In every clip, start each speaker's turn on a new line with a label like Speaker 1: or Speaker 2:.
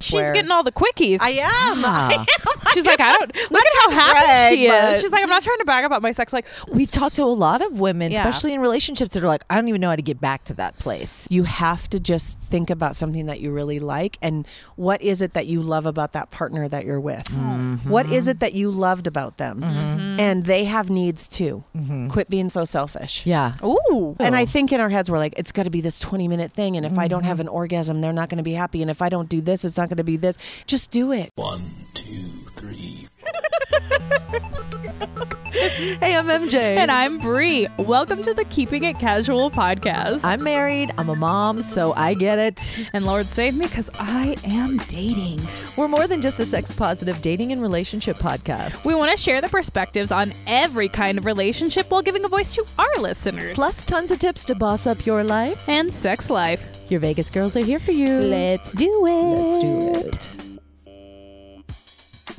Speaker 1: she's getting all the quickies.
Speaker 2: I am. I am.
Speaker 1: She's like, I don't. Look at how
Speaker 2: trying to
Speaker 1: happy she
Speaker 2: brag,
Speaker 1: is.
Speaker 2: but-
Speaker 1: She's like, I'm not trying to brag about my sex. Like,
Speaker 3: We talk to a lot of women,
Speaker 1: Yeah.
Speaker 3: especially in relationships, that are like, I don't even know how to get back to that place.
Speaker 2: You have to just think about something that you really like and what is it that you love about that partner that you're with? What is it that you loved about them? And they have needs too. Quit being so selfish.
Speaker 3: Yeah.
Speaker 1: ooh,
Speaker 2: And I think in our heads, we're like, it's got to be this 20 minute thing. And if I don't have an orgasm, they're not going to be happy. And if I don't do this, it's not going to be this. Just do it.
Speaker 4: One, two, three.
Speaker 3: Hey, I'm MJ.
Speaker 1: and I'm Bree. Welcome to the Keeping It Casual podcast.
Speaker 3: I'm married. I'm a mom, so I get it.
Speaker 1: and Lord save me, because I am dating.
Speaker 3: We're more than just a sex positive dating and relationship podcast.
Speaker 1: We want to share the perspectives on every kind of relationship while giving a voice to our listeners
Speaker 3: Plus, tons of tips to boss up your life.
Speaker 1: and sex life.
Speaker 3: Your Vegas girls are here for you.
Speaker 1: Let's do it.
Speaker 3: Mm. Let's do it.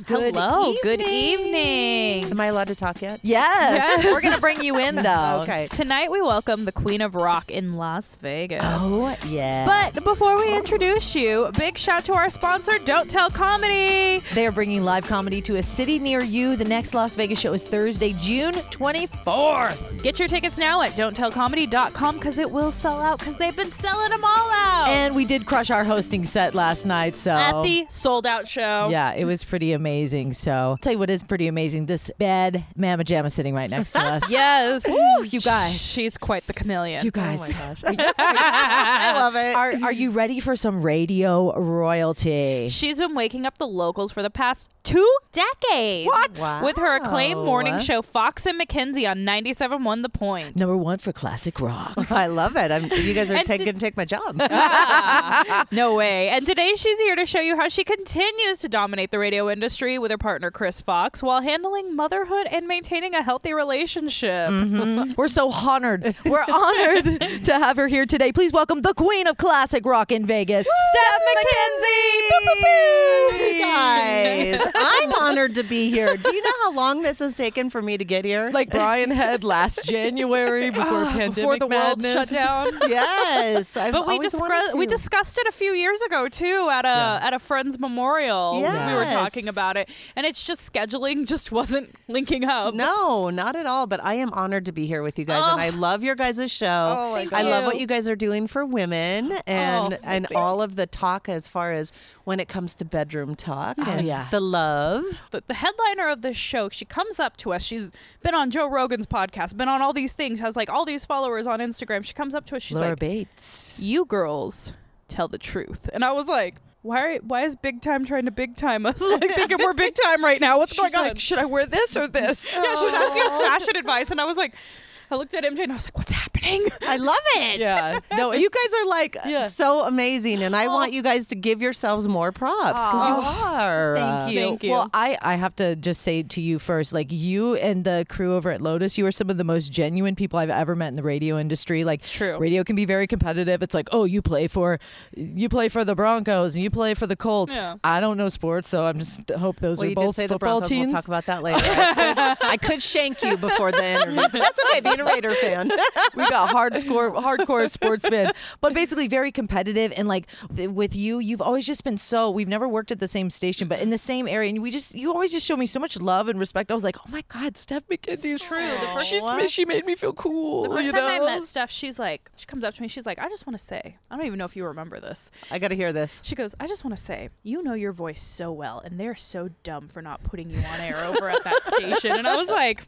Speaker 3: Good
Speaker 1: Hello. Good
Speaker 3: evening.
Speaker 1: evening.
Speaker 2: Am I allowed to talk yet?
Speaker 3: Yes.
Speaker 1: Yes.
Speaker 3: We're going to bring you in, though.
Speaker 2: Okay.
Speaker 1: Tonight we welcome the Queen of Rock in Las Vegas.
Speaker 3: Oh, yeah.
Speaker 1: But before we introduce you, big shout to our sponsor, Don't Tell Comedy.
Speaker 3: They are bringing live comedy to a city near you. The next Las Vegas show is Thursday, June 24th.
Speaker 1: Get your tickets now at don'ttellcomedy.com because it will sell out because they've been selling them all out
Speaker 3: And we did crush our hosting set last night, so
Speaker 1: Oh. at the sold out show.
Speaker 3: yeah, it was pretty amazing. So I'll tell you what is pretty amazing. This bed, Mama Jamma, sitting right next to us.
Speaker 1: Yes.
Speaker 3: you guys.
Speaker 1: She's quite the chameleon.
Speaker 3: you guys.
Speaker 2: Oh
Speaker 1: Oh
Speaker 2: I love it.
Speaker 3: Are, are you ready for some radio royalty?
Speaker 1: She's been waking up the locals for the past two decades. What? With her acclaimed morning show, Fox and McKenzie on 97.1 The Point.
Speaker 3: Number one for classic rock.
Speaker 2: I love it. I'm, you guys are
Speaker 1: And
Speaker 2: taking
Speaker 1: did-
Speaker 2: to take my job.
Speaker 1: No way. And today she's here to show you how she continues to dominate the radio industry with her partner Chris Fox while handling motherhood and maintaining a healthy relationship.
Speaker 2: Mm.
Speaker 3: We're so honored. We're honored to have her here today. Please welcome the queen of classic rock in Vegas,
Speaker 1: Steph McKenzie.
Speaker 2: You guys, I'm honored to be here. Do you know how long this has taken for me to get here?
Speaker 3: like Brian had last January before pandemic
Speaker 1: Before the world shut down.
Speaker 2: yes, I've
Speaker 1: But we
Speaker 2: always wanted
Speaker 1: discussed
Speaker 2: to.
Speaker 1: we discussed it a few years ago too at a at a friend's memorial. We were
Speaker 2: Yes.
Speaker 1: talking about it, and it's just scheduling just wasn't linking up.
Speaker 2: No, not at all. But I am honored to be here with you guys, and I love your guys' show.
Speaker 3: Oh, my
Speaker 2: I love
Speaker 3: you.
Speaker 2: what you guys are doing for women, and
Speaker 1: thank
Speaker 2: and all of the talk as far as when it comes to bedroom talk and
Speaker 3: Oh, yeah.
Speaker 2: the love.
Speaker 1: the, the headliner of this show, she comes up to us. She's been on Joe Rogan's podcast, been on all these things, has like all these followers on Instagram. She comes up to us. She's
Speaker 3: Laura
Speaker 1: like,
Speaker 3: Bates.
Speaker 1: "You girls tell the truth," and I was like. Why, why is Big Time trying to big time us? Like thinking we're big time right now. What's going on?
Speaker 3: should I wear this or this?
Speaker 1: yeah, she's asking us fashion advice, and I was like, I looked at MJ and I was like, what's happening?
Speaker 2: I love it.
Speaker 3: Yeah. No,
Speaker 2: You guys are like
Speaker 3: Yeah. Oh.
Speaker 2: so amazing, and I want you guys to give yourselves more props because you are.
Speaker 3: Thank you.
Speaker 1: Thank you.
Speaker 3: Well, I, I have to just say to you first, like you and the crew over at Lotus, you are some of the most genuine people I've ever met in the radio industry. Like it's
Speaker 1: true.
Speaker 3: radio can be very competitive. It's like, oh, you play for you play for the Broncos and you play for the Colts.
Speaker 1: Yeah.
Speaker 3: I don't know sports, so I'm just hope those
Speaker 2: Well,
Speaker 3: are
Speaker 2: you
Speaker 3: both
Speaker 2: did say the
Speaker 3: football
Speaker 2: Broncos.
Speaker 3: teams.
Speaker 2: We'll talk about that later. I could, I could shank you before the interview. But that's okay, being a Raider fan.
Speaker 3: we got hardcore hardcore sports fan, but basically very competitive and like th- with you, you've always just been so. We've never worked at the same station, but in the same area, and we just you always just show me so much love and respect. I was like, oh my god, Steph McKenzie's
Speaker 1: true. The first-
Speaker 3: She's she made me feel cool.
Speaker 1: The first
Speaker 3: you
Speaker 1: time I
Speaker 3: know?
Speaker 1: met Steph, she's like, she comes up to me, she's like, I just want to say, I don't even know if you remember this.
Speaker 2: I got to hear this.
Speaker 1: She goes, I just want to say, you know your voice so well, and they're so dumb for not putting you on air over at that station. And I was like,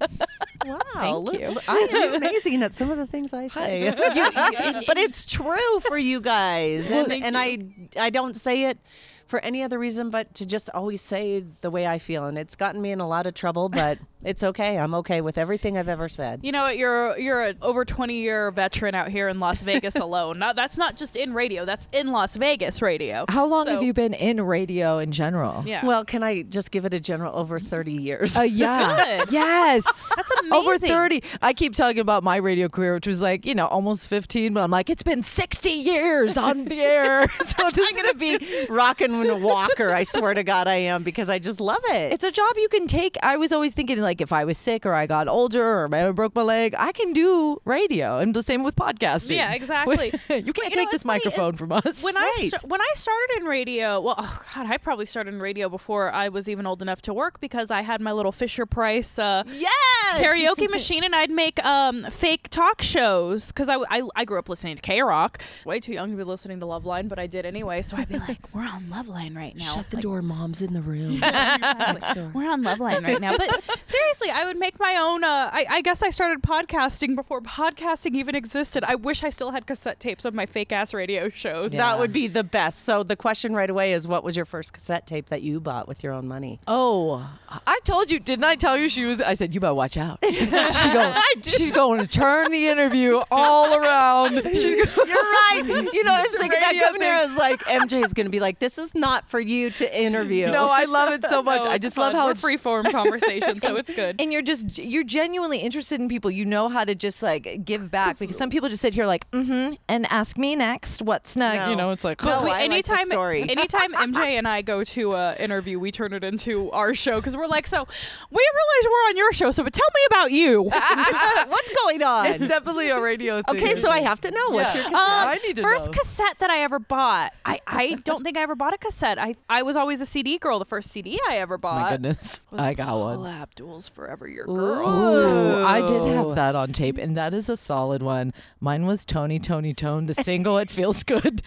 Speaker 2: Wow.
Speaker 1: Thank
Speaker 2: Oh, look-
Speaker 1: you.
Speaker 2: I am amazing at some of the things I say. but it's true for you guys. And, and I, I don't say it for any other reason but to just always say the way I feel. And it's gotten me in a lot of trouble, but it's okay. I'm okay with everything I've ever said.
Speaker 1: you know what? You're you're an over 20 year veteran out here in Las Vegas alone. Not, that's not just in radio. That's in Las Vegas radio.
Speaker 3: How long
Speaker 1: So-
Speaker 3: have you been in radio in general?
Speaker 1: Yeah.
Speaker 2: Well, can I just give it a general over 30 years?
Speaker 3: Uh, yeah.
Speaker 1: Good.
Speaker 3: Yes.
Speaker 1: That's
Speaker 3: Over
Speaker 1: amazing.
Speaker 3: 30. I keep talking about my radio career, which was like, you know, almost 15, but I'm like, it's been 60 years on the air. so does
Speaker 2: I'm going to be rocking a walker. I swear to God, I am because I just love it.
Speaker 3: it's a job you can take. I was always thinking like if I was sick or I got older or I broke my leg, I can do radio. And the same with podcasting.
Speaker 1: Yeah, exactly.
Speaker 3: you can't take
Speaker 1: know, it's
Speaker 3: this
Speaker 1: funny is
Speaker 3: microphone from us.
Speaker 1: when I sta- when I started in radio, well, oh God, I probably started in radio before I was even old enough to work because I had my little Fisher Price uh,
Speaker 2: Yes.
Speaker 1: karaoke machine, and I'd make um, fake talk shows because I, I I grew up listening to K Rock. Way too young to be listening to Loveline, but I did anyway. So I'd be like, "We're on Loveline right now."
Speaker 2: Shut the door, mom's in the room.
Speaker 1: Exactly. We're on love line right now. But seriously, I would make my own. Uh, I, I guess I started podcasting before podcasting even existed. I wish I still had cassette tapes of my fake ass radio shows.
Speaker 3: Yeah.
Speaker 2: That would be the best. So the question right away is, what was your first cassette tape that you bought with your own money?
Speaker 3: Oh, I told you, didn't I tell you she was? I said you better watch out. She go, she's going to turn the interview all around. She's go-
Speaker 2: You're right. You know, I was
Speaker 3: The
Speaker 2: thinking that
Speaker 3: radio
Speaker 2: coming here, I was like, MJ is going to be like, this is not for you to interview.
Speaker 3: no, I love it so much.
Speaker 1: No,
Speaker 3: I
Speaker 1: Oh, it's
Speaker 3: just
Speaker 1: fun.
Speaker 3: love how
Speaker 1: We're
Speaker 3: it's
Speaker 1: free form conversation, so it's good.
Speaker 3: and you're just you're genuinely interested in people. You know how to just like give back because some people just sit here like mm-hmm and ask me next what's next.
Speaker 2: No.
Speaker 3: You know, it's like "Oh,
Speaker 2: No,
Speaker 1: We-
Speaker 2: Oh, I like the
Speaker 1: anytime,
Speaker 2: story.
Speaker 1: anytime MJ and I go to an interview, we turn it into our show because we're like, so we realize we're on your show, so but tell me about you.
Speaker 2: What's going
Speaker 3: it's
Speaker 2: on?
Speaker 3: definitely a radio. Thing.
Speaker 2: Okay, so I have to know what's
Speaker 3: Yeah.
Speaker 2: your
Speaker 3: Um,
Speaker 2: cassette.
Speaker 3: I need to
Speaker 1: first
Speaker 3: know.
Speaker 1: cassette that I ever bought. I, I don't think I ever bought a cassette. I, I was always a CD girl. The first CD I ever
Speaker 3: Oh
Speaker 1: bought.
Speaker 3: my goodness, I got one.
Speaker 1: Paula Abdul's Forever Your Girl.
Speaker 3: Ooh, Oh, I did have that on tape, and that is a solid one. Mine was Tony, Tony, Tone, the single. It feels good.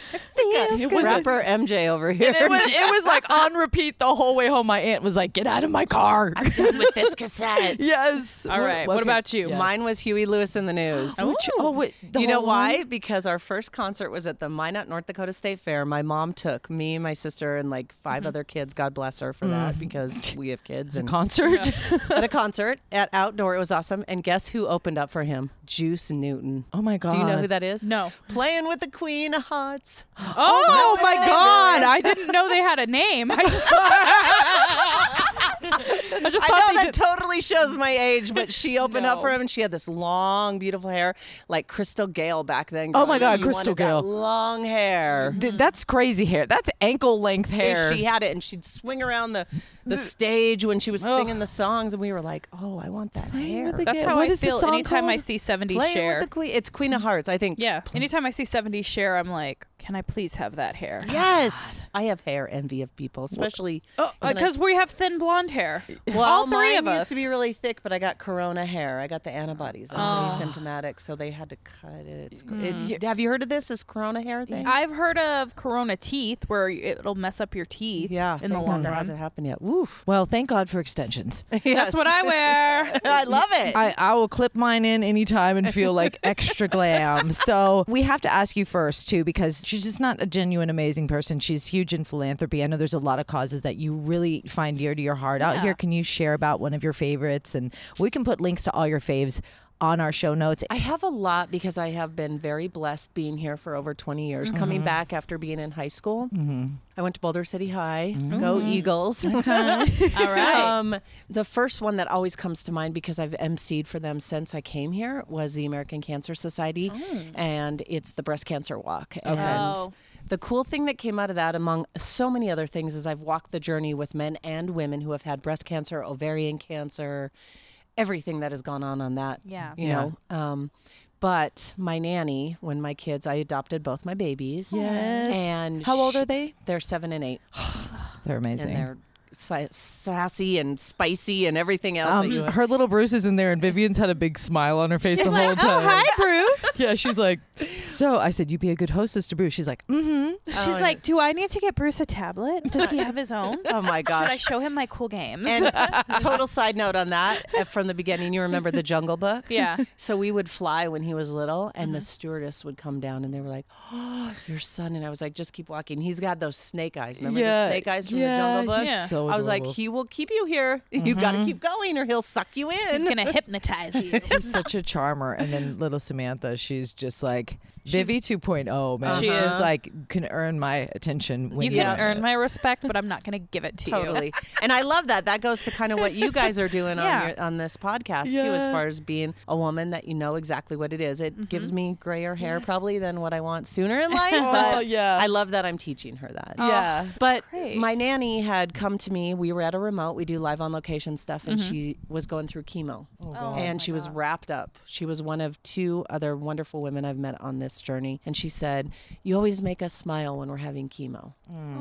Speaker 2: It was rapper MJ over here.
Speaker 3: It was, it was like on repeat the whole way home. My aunt was like, "Get out of my car."
Speaker 2: done with this cassette.
Speaker 3: yes.
Speaker 1: All right, what about you?
Speaker 2: Mine was Huey Lewis in the news.
Speaker 3: Which- oh, wait, the
Speaker 2: you know
Speaker 3: whole
Speaker 2: why?
Speaker 3: one?
Speaker 2: Because our first concert was at the Minot, North Dakota State Fair. My mom took me, my sister, and like 5
Speaker 3: Mm-hmm.
Speaker 2: other kids. God bless her for
Speaker 3: Mm.
Speaker 2: that because we have kids. And
Speaker 3: Concert.
Speaker 2: at a concert at outdoor, it was awesome. And guess who opened up for him? Juice Newton.
Speaker 3: Oh my
Speaker 2: Do you know
Speaker 3: God.
Speaker 2: who that is?
Speaker 1: No.
Speaker 2: Playing with the Queen of Hearts.
Speaker 1: Oh,
Speaker 2: no
Speaker 1: my
Speaker 2: way.
Speaker 1: God! I didn't know they had a name. I just thought, I just thought
Speaker 2: I know
Speaker 1: they
Speaker 2: that
Speaker 1: did-
Speaker 2: totally shows my age, but she opened up
Speaker 1: No.
Speaker 2: for him, and she had this long, beautiful hair, like Crystal Gale back then.
Speaker 3: Oh
Speaker 2: growing
Speaker 3: my
Speaker 2: up.
Speaker 3: God,
Speaker 2: You
Speaker 3: Crystal
Speaker 2: wanted that
Speaker 3: Gayle.
Speaker 2: long hair.
Speaker 3: Dude, that's crazy hair. That's ankle length hair.
Speaker 2: She had it, and she'd swing around the
Speaker 1: Mm.
Speaker 2: the stage when she was singing the songs, and we were like, "Oh, I want that hair."
Speaker 3: with the-
Speaker 1: That's how
Speaker 3: What
Speaker 1: I
Speaker 3: is the
Speaker 1: feel
Speaker 3: song
Speaker 1: anytime I
Speaker 3: called?
Speaker 1: see 70
Speaker 2: Playing
Speaker 1: share.
Speaker 2: with the Queen. It's Queen of Hearts, I think.
Speaker 1: yeah, anytime I see 70 share, I'm like, can I please have that hair?
Speaker 2: Yes, I have hair envy of people, especially when I-
Speaker 1: Because we have thin blonde hair.
Speaker 2: well,
Speaker 1: Uh, All three
Speaker 2: mine
Speaker 1: of us.
Speaker 2: used to be really thick, but I got corona hair. I got the antibodies. I was asymptomatic, so they had to cut it. It's,
Speaker 1: Mm.
Speaker 2: it- Have you heard of this? This corona hair thing?
Speaker 1: I've heard of corona teeth where it'll mess up your teeth
Speaker 2: Yeah,
Speaker 1: in the long
Speaker 2: thank God that
Speaker 1: run.
Speaker 2: hasn't happened yet. Woof.
Speaker 3: well, thank God for extensions.
Speaker 1: That's what I wear.
Speaker 2: I love it.
Speaker 3: I, I will clip mine in anytime and feel like extra glam. So we have to ask you first too, because she's just not a genuine amazing person. She's huge in philanthropy. I know there's a lot of causes that you really find dear to your heart out here. Can you share about one of your favorites? And we can put links to all your faves on our show notes.
Speaker 2: I have a lot because I have been very blessed being here for over 20 years. Coming back after being in high school, I went to Boulder City High. Go Eagles.
Speaker 1: All right.
Speaker 2: Um, the first one that always comes to mind because I've emceed for them since I came here was the American Cancer Society, and it's the Breast Cancer Walk. And
Speaker 1: Oh.
Speaker 2: the cool thing that came out of that, among so many other things, is I've walked the journey with men and women who have had breast cancer, ovarian cancer, everything that has gone on on that.
Speaker 1: Yeah.
Speaker 2: you
Speaker 3: Yeah.
Speaker 2: know. Um, but my nanny, when my kids, I adopted both my babies.
Speaker 3: Yes.
Speaker 2: And
Speaker 3: How old
Speaker 2: she-
Speaker 3: are they?
Speaker 2: They're seven and eight
Speaker 3: They're amazing.
Speaker 2: and they're sa- sassy and spicy and everything else. that
Speaker 3: um,
Speaker 2: you
Speaker 3: her little Bruce is in there, and Vivian's had a big smile on her face the whole
Speaker 2: "Oh,
Speaker 3: time.
Speaker 1: "Oh, Bruce.
Speaker 3: Yeah, she's like, so I said, you'd be a good hostess to Bruce. She's like, mm-hmm.
Speaker 1: She's like, do I need to get Bruce a tablet? Does he have his own?
Speaker 2: oh my
Speaker 1: Should I
Speaker 2: gosh.
Speaker 1: show him my cool games?
Speaker 2: And total side note on that uh, from the beginning, you remember the Jungle Book?
Speaker 1: Yeah.
Speaker 2: So we would fly when he was little, and
Speaker 3: Mm-hmm.
Speaker 2: the stewardess would come down, and they were like, "Oh, your son!" And I was like, "Just keep walking." He's got those snake eyes. Remember
Speaker 3: Yeah,
Speaker 2: the snake eyes from
Speaker 3: yeah,
Speaker 2: the Jungle Book?
Speaker 1: yeah.
Speaker 3: So
Speaker 2: I was like,
Speaker 3: adorable.
Speaker 2: "He will keep you here. You got to keep going, or he'll suck you in."
Speaker 1: He's going to hypnotize you.
Speaker 3: He's such a charmer. And then little Samantha, she's just like Vivi 2.0, man.
Speaker 1: She
Speaker 3: she's
Speaker 1: is.
Speaker 3: like can earn my attention when
Speaker 1: You
Speaker 3: you,
Speaker 1: can
Speaker 3: want
Speaker 1: earn
Speaker 3: it.
Speaker 1: my respect, but I'm not going to give it to you.
Speaker 2: totally and i love that that goes to kind of what you guys are doing
Speaker 1: Yeah.
Speaker 2: on your, on this podcast too as
Speaker 3: Yeah.
Speaker 2: far as being a woman that you know exactly what it is it gives me grayer hair probably than what i want sooner in life
Speaker 3: Oh,
Speaker 2: but
Speaker 3: yeah. Oh,
Speaker 2: i love that i'm teaching her that
Speaker 3: Yeah.
Speaker 2: but
Speaker 1: great.
Speaker 2: my nanny had come to me. We were at a remote. We do live on location stuff, and she was going through chemo,
Speaker 3: Oh,
Speaker 1: Oh
Speaker 2: and she was wrapped up. She was one of two other wonderful women I've met on this journey, and she said, "You always make us smile when we're having chemo."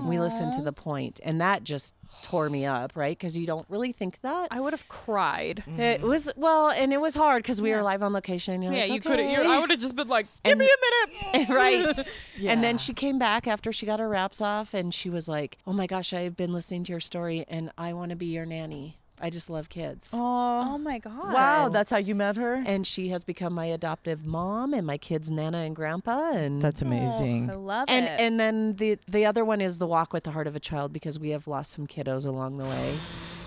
Speaker 2: We listen to the point, and that just tore me up, right? Because you don't really think that.
Speaker 1: I would have cried.
Speaker 2: It was well, and it was hard because we were live on location. And you're
Speaker 1: Yeah,
Speaker 2: like,
Speaker 1: you could. You,
Speaker 2: "Okay."
Speaker 1: I would have just been like,
Speaker 2: give me a minute right and
Speaker 3: Yeah.
Speaker 2: then she came back after she got her wraps off and she was like oh my gosh i've been listening to your story and i want to be your nanny i just love kids
Speaker 1: "Oh my god!"
Speaker 3: wow, that's how you met her.
Speaker 2: and she has become my adoptive mom and my kids nana and grandpa and
Speaker 3: That's amazing.
Speaker 2: oh,
Speaker 1: I love
Speaker 2: and
Speaker 1: it.
Speaker 2: and then the the other one is the walk with the heart of a child because we have lost some kiddos along the way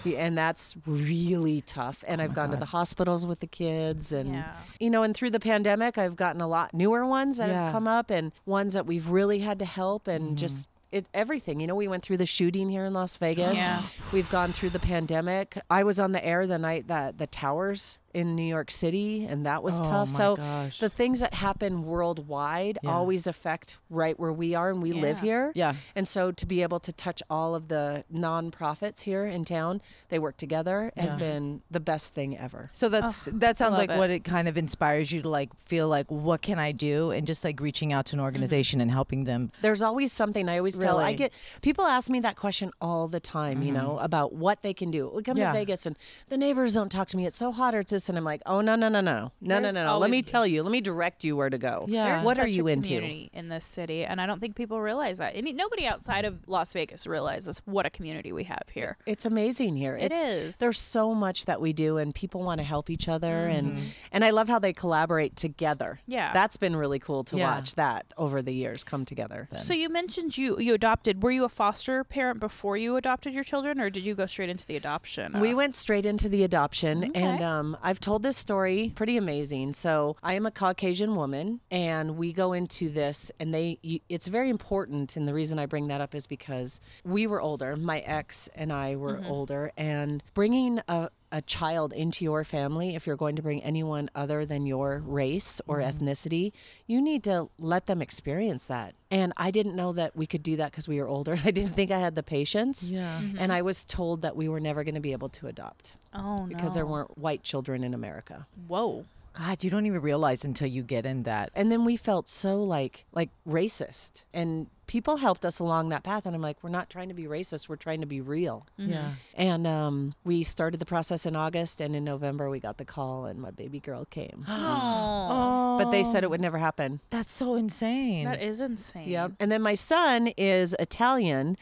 Speaker 2: Yeah, and that's really tough and i've gone to the hospitals with the kids and
Speaker 1: Yeah.
Speaker 2: you know and through the pandemic i've gotten a lot newer ones that
Speaker 3: Yeah. Mm-hmm.
Speaker 2: have come up and ones that we've really had to help and just it, everything you know we went through the shooting here in las vegas
Speaker 1: Yeah.
Speaker 2: we've gone through the pandemic i was on the air the night that the towers in new york city and that was
Speaker 3: Oh
Speaker 2: tough
Speaker 3: my
Speaker 2: so
Speaker 3: gosh.
Speaker 2: the things that happen worldwide
Speaker 3: Yeah.
Speaker 2: always affect right where we are and we live
Speaker 1: Yeah.
Speaker 2: here.
Speaker 3: Yeah.
Speaker 2: And so to be able to touch all of the nonprofits here in town, they work together, has
Speaker 3: Yeah.
Speaker 2: been the best thing ever.
Speaker 3: So that's that
Speaker 1: love
Speaker 3: sounds like
Speaker 1: it.
Speaker 3: what it kind of inspires you to like feel like what can I do and just like reaching out to an organization and helping them.
Speaker 2: There's always something I always tell. I
Speaker 3: Really?
Speaker 2: get people ask me that question all the time, you
Speaker 1: Mm-hmm.
Speaker 2: know, about what they can do. We come
Speaker 3: Yeah.
Speaker 2: to Vegas and the neighbors don't talk to me. It's so hot or it's this. And I'm like, oh, no, no, no, no. No, no,
Speaker 1: There's
Speaker 2: no, no. Let me
Speaker 1: always-
Speaker 2: tell you. Let me direct you where to go.
Speaker 3: Yeah.
Speaker 1: There's
Speaker 2: What are
Speaker 1: such
Speaker 2: you
Speaker 1: a
Speaker 2: into?
Speaker 1: community in this city, and I don't think people realize that. And nobody outside of Las Vegas realizes what a community we have here.
Speaker 2: It's amazing here.
Speaker 1: It
Speaker 2: it's,
Speaker 1: is.
Speaker 2: There's so much that we do, and people want to help each other, and and I love how they collaborate together.
Speaker 1: Mm-hmm. Yeah.
Speaker 2: that's been really cool to
Speaker 3: Yeah.
Speaker 2: watch that over the years come together.
Speaker 1: So you mentioned you you adopted. Were you a foster parent before you adopted your children, or did you go straight into the adoption?
Speaker 2: We
Speaker 1: Uh,
Speaker 2: went straight into the adoption,
Speaker 1: Okay.
Speaker 2: and um, I've told this story. Pretty amazing. So I am a Caucasian woman, and we go into this, and they. You, it's very important, and the reason I bring that up is because we were older. My ex and I were older, and bringing a a child into your family, if you're going to bring anyone other than your race or ethnicity, you need to let them experience that. And I didn't know that we could do that because we were older. I didn't think I had the patience.
Speaker 3: Yeah.
Speaker 1: Mm-hmm.
Speaker 2: And I was told that we were never going to be able to adopt
Speaker 1: oh no,
Speaker 2: because there weren't white children in America.
Speaker 1: whoa.
Speaker 3: God, you don't even realize until you get in that.
Speaker 2: And then we felt so like like racist. And people helped us along that path and I'm like, we're not trying to be racist, we're trying to be real.
Speaker 3: Mm-hmm. Yeah.
Speaker 2: And um, we started the process in August and in November we got the call and my baby girl came.
Speaker 1: Oh,
Speaker 2: but they said it would never happen.
Speaker 3: That's so insane.
Speaker 1: that is insane.
Speaker 2: Yep. And then my son is Italian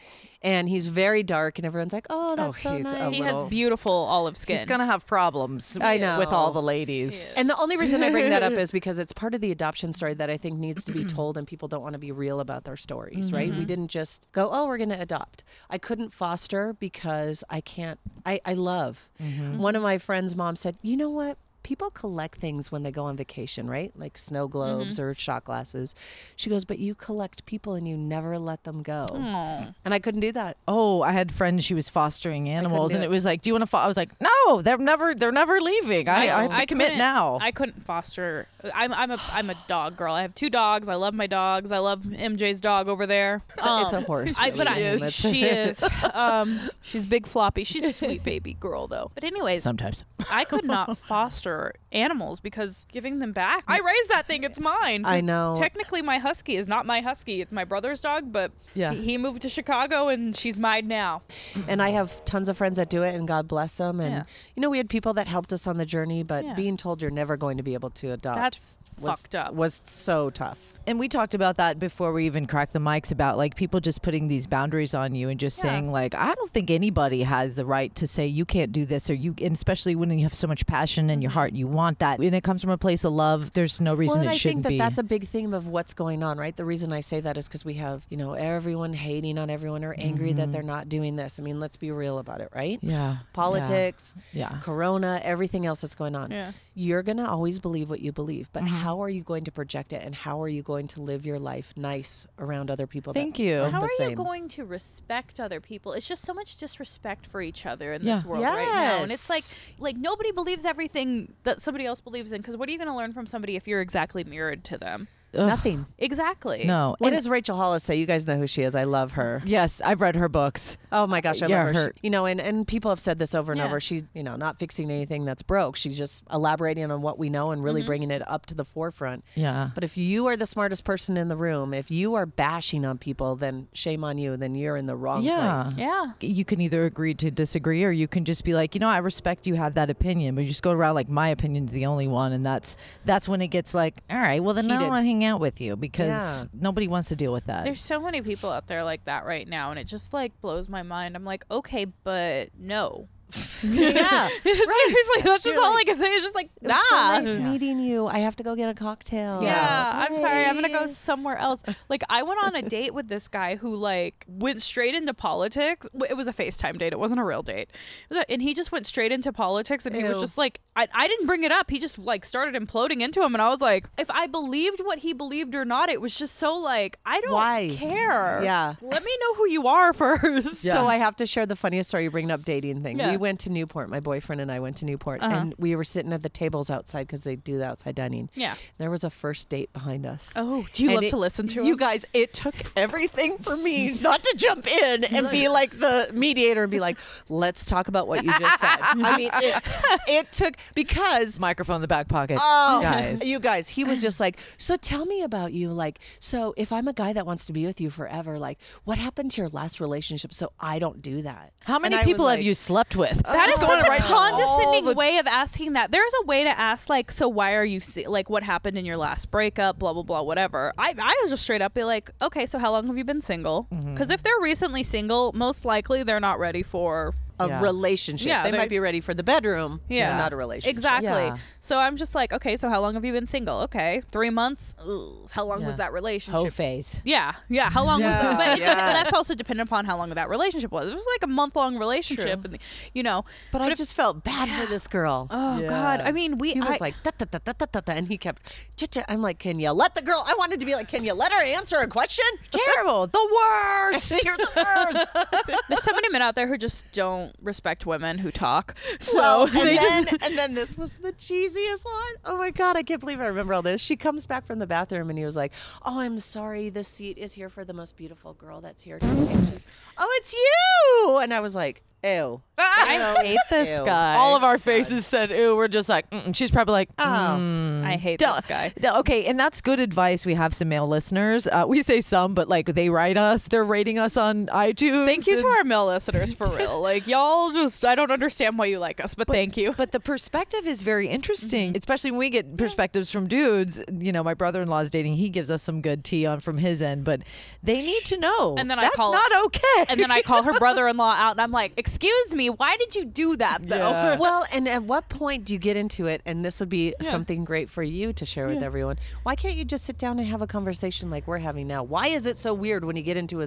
Speaker 2: and he's very dark and everyone's like, "Oh, that's so
Speaker 3: he's a
Speaker 2: nice."
Speaker 1: He has
Speaker 3: Well,
Speaker 1: beautiful olive skin.
Speaker 3: He's gonna have problems.
Speaker 2: I know.
Speaker 3: with all the ladies.
Speaker 2: And the only reason I bring that up is because it's part of the adoption story that I think needs
Speaker 1: Mm-hmm.
Speaker 2: to be told, and people don't want to be real about their stories, right? We didn't just go, oh, we're going to adopt. I couldn't foster because I can't, I, I love.
Speaker 1: Mm-hmm.
Speaker 2: One of my friend's mom said, you know what? People collect things when they go on vacation, right? Like snow globes
Speaker 1: Mm-hmm.
Speaker 2: or shot glasses. She goes, but you collect people and you never let them go. And I couldn't do that.
Speaker 3: oh, I had friends. She was fostering animals,
Speaker 2: do
Speaker 3: and
Speaker 2: it.
Speaker 3: it was like, "Do you want to?" Fo-? I was like, "No, they're never. They're never leaving. I, I, have to commit
Speaker 1: couldn't-
Speaker 3: now."
Speaker 1: I couldn't foster. I'm I'm a I'm a dog girl. I have two dogs. I love my dogs. I love MJ's dog over there.
Speaker 2: it's a horse.
Speaker 1: Um, I, but
Speaker 2: really.
Speaker 1: I,
Speaker 3: is.
Speaker 1: she is. Um, she's big floppy. She's a sweet baby girl though. But anyways,
Speaker 3: Sometimes.
Speaker 1: I could not foster animals because giving them back, I raised that thing. It's mine. 'Cause
Speaker 2: I know.
Speaker 1: Technically, my husky is not my husky. It's my brother's dog. But
Speaker 3: Yeah.
Speaker 1: he moved to Chicago and she's mine now.
Speaker 2: and I have tons of friends that do it, and God bless them. And
Speaker 1: Yeah.
Speaker 2: you know, we had people that helped us on the journey, but
Speaker 1: Yeah.
Speaker 2: being told you're never going to be able to adopt
Speaker 1: That's
Speaker 2: was,
Speaker 1: fucked up.
Speaker 2: Was so tough.
Speaker 3: And we talked about that before we even cracked the mics about like people just putting these boundaries on you and just saying like I don't think anybody has the right to say you can't do this or you and especially when you have so much passion in your heart you want that and it comes from a place of love there's no reason
Speaker 2: Mm-hmm. well, and
Speaker 3: it
Speaker 2: I
Speaker 3: shouldn't
Speaker 2: think that
Speaker 3: be
Speaker 2: that's a big theme of what's going on, right? The reason I say that is because we have, you know, everyone hating on everyone or angry that they're not doing this. I mean, let's be real about it, right?
Speaker 3: Mm-hmm. yeah
Speaker 2: Politics,
Speaker 3: yeah,
Speaker 2: Corona, everything else that's going on.
Speaker 1: Yeah.
Speaker 2: You're going to always believe what you believe, but
Speaker 3: Mm-hmm.
Speaker 2: how are you going to project it and how are you going to live your life nice around other people? that
Speaker 3: Thank you.
Speaker 2: aren't
Speaker 3: How
Speaker 1: How
Speaker 2: the
Speaker 1: are
Speaker 2: same?
Speaker 1: you going to respect other people? It's just so much disrespect for each other in this
Speaker 3: Yeah.
Speaker 1: world right now, and it's like
Speaker 2: Yes.
Speaker 1: like nobody believes everything that somebody else believes in. Because what are you going to learn from somebody if you're exactly mirrored to them?
Speaker 3: Ugh.
Speaker 2: Nothing.
Speaker 1: Exactly.
Speaker 3: No.
Speaker 2: What
Speaker 3: And-
Speaker 2: does Rachel Hollis say? You guys know who she is. I love her.
Speaker 3: yes, I've read her books.
Speaker 2: Oh my gosh, I
Speaker 3: Yeah,
Speaker 2: love her. She-
Speaker 3: her-
Speaker 2: you know, and, and people have said this over and
Speaker 1: Yeah.
Speaker 2: over. She's, you know, not fixing anything that's broke. She's just elaborating on what we know and really bringing it up to the forefront.
Speaker 3: Yeah.
Speaker 2: But if you are the smartest person in the room, if you are bashing on people, then shame on you. Then you're in the wrong
Speaker 3: Yeah.
Speaker 2: place.
Speaker 1: Yeah.
Speaker 3: You can either agree to disagree or you can just be like, you know, I respect you have that opinion, but you just go around like my opinion's the only one and that's that's when it gets like, all right, well then I don't
Speaker 2: Heated.
Speaker 3: want to hang out with you because
Speaker 2: Yeah.
Speaker 3: nobody wants to deal with that.
Speaker 1: There's so many people out there like that right now, and it just like blows my mind. I'm like, okay, but no.
Speaker 2: Yeah.
Speaker 1: Seriously, that's just
Speaker 2: You're
Speaker 1: all I
Speaker 2: like-
Speaker 1: can say. It's just like,
Speaker 2: It
Speaker 1: nah.
Speaker 2: was so nice meeting you. I have to go get a cocktail.
Speaker 1: Yeah, I'm sorry. I'm gonna go
Speaker 2: Hey.
Speaker 1: somewhere else. Like, I went on a date with this guy who like went straight into politics. W- It was a FaceTime date. It wasn't a real date. It was a- And he just went straight into politics, and he was
Speaker 2: Ew.
Speaker 1: just like, I, I didn't bring it up. He just like started imploding into him, and I was like, if I believed what he believed or not, it was just so like I don't
Speaker 2: Why?
Speaker 1: care.
Speaker 2: Yeah.
Speaker 1: let me know who you are first.
Speaker 2: So I have to share the funniest story. You bringing up dating thing.
Speaker 1: Yeah.
Speaker 2: We went to Newport. My boyfriend and I went to Newport,
Speaker 1: Uh-huh.
Speaker 2: and we were sitting at the tables outside because they do the outside dining.
Speaker 1: Yeah.
Speaker 2: There was a first date behind us.
Speaker 1: Oh, do you
Speaker 2: And
Speaker 1: love
Speaker 2: it-
Speaker 1: to listen to
Speaker 2: You
Speaker 1: him?
Speaker 2: guys, it took everything for me not to jump in and be like the mediator and be like, "Let's talk about what you just said." I mean, it, it took because
Speaker 3: microphone in the back pocket.
Speaker 2: Oh,
Speaker 3: guys.
Speaker 2: you guys, he was just like, so tell me about you. Like, so if I'm a guy that wants to be with you forever, like, what happened to your last relationship so I don't do that?
Speaker 3: How
Speaker 2: And
Speaker 3: many
Speaker 2: I was
Speaker 3: people have
Speaker 2: like,
Speaker 3: you slept with?
Speaker 1: That is
Speaker 3: Just uh, going
Speaker 1: such a
Speaker 3: right now.
Speaker 1: condescending
Speaker 3: All the-
Speaker 1: way of asking that. There's a way to ask, like, so why are you se- like, what happened in your last breakup, blah blah blah, whatever. I I would just straight up be like, okay, so how long have you been single? Because if they're recently single, most likely they're not ready for.
Speaker 2: A
Speaker 3: Yeah.
Speaker 2: relationship.
Speaker 1: Yeah,
Speaker 2: they
Speaker 1: they-
Speaker 2: might be ready for the bedroom,
Speaker 1: Yeah.
Speaker 2: yeah. not a relationship.
Speaker 1: Exactly.
Speaker 3: Yeah.
Speaker 1: So I'm just like, okay, so how long have you been single? Okay, three months. Ugh, how long
Speaker 3: Yeah.
Speaker 1: was that relationship?
Speaker 3: Ho phase.
Speaker 1: Yeah, yeah. How long was
Speaker 2: Yeah,
Speaker 1: that? But it-
Speaker 2: yeah.
Speaker 1: but that's also dependent upon how long that relationship was. It was like a month long relationship, and you know.
Speaker 2: But, I just felt bad for this girl.
Speaker 1: Oh God! I mean, we.
Speaker 2: he was
Speaker 1: I-
Speaker 2: like, da, da, da, da, da, da, da, and he kept, "Ch- ch-" I'm like, can you let the girl? I wanted to be like, can you let her answer a question?
Speaker 3: Terrible. The worst.
Speaker 2: You're the worst.
Speaker 1: There's so many men out there who just don't respect women who talk. So
Speaker 2: Well, and
Speaker 1: they
Speaker 2: then,
Speaker 1: just
Speaker 2: and then this was the cheesiest line. Oh my god, I can't believe I remember all this. She comes back from the bathroom and he was like, "Oh, I'm sorry. This seat is here for the most beautiful girl that's here." today." And she- oh, it's you. And I was like, "Ew."
Speaker 1: I hate this
Speaker 2: Ew.
Speaker 1: guy.
Speaker 3: All of our faces said, "Ooh." We're just like, Mm-mm. she's probably like, Uh,
Speaker 2: Oh.
Speaker 1: I hate
Speaker 3: Don't-
Speaker 1: this guy.
Speaker 3: No, okay, and that's good advice. We have some male listeners. Uh, we say some, but like they write us, they're rating us on iTunes.
Speaker 1: Thank you to
Speaker 3: and-
Speaker 1: our male listeners for real. Like y'all just I don't understand why you like us, but, thank you.
Speaker 3: But the perspective is very interesting,
Speaker 1: Mm-hmm.
Speaker 3: especially when we get perspectives from dudes. You know, my brother-in-law is dating; he gives us some good tea on from his end, but they need to know.
Speaker 1: And then I
Speaker 3: that's
Speaker 1: call-
Speaker 3: not okay.
Speaker 1: and then I call her brother-in-law out and I'm like, "Excuse me, why did you do that though?"
Speaker 3: Yeah.
Speaker 2: Well, and at what point do you get into it? And this would be something great for you to share with everyone. Why can't you just sit down and have a conversation like we're having now? Why is it so weird when you get into a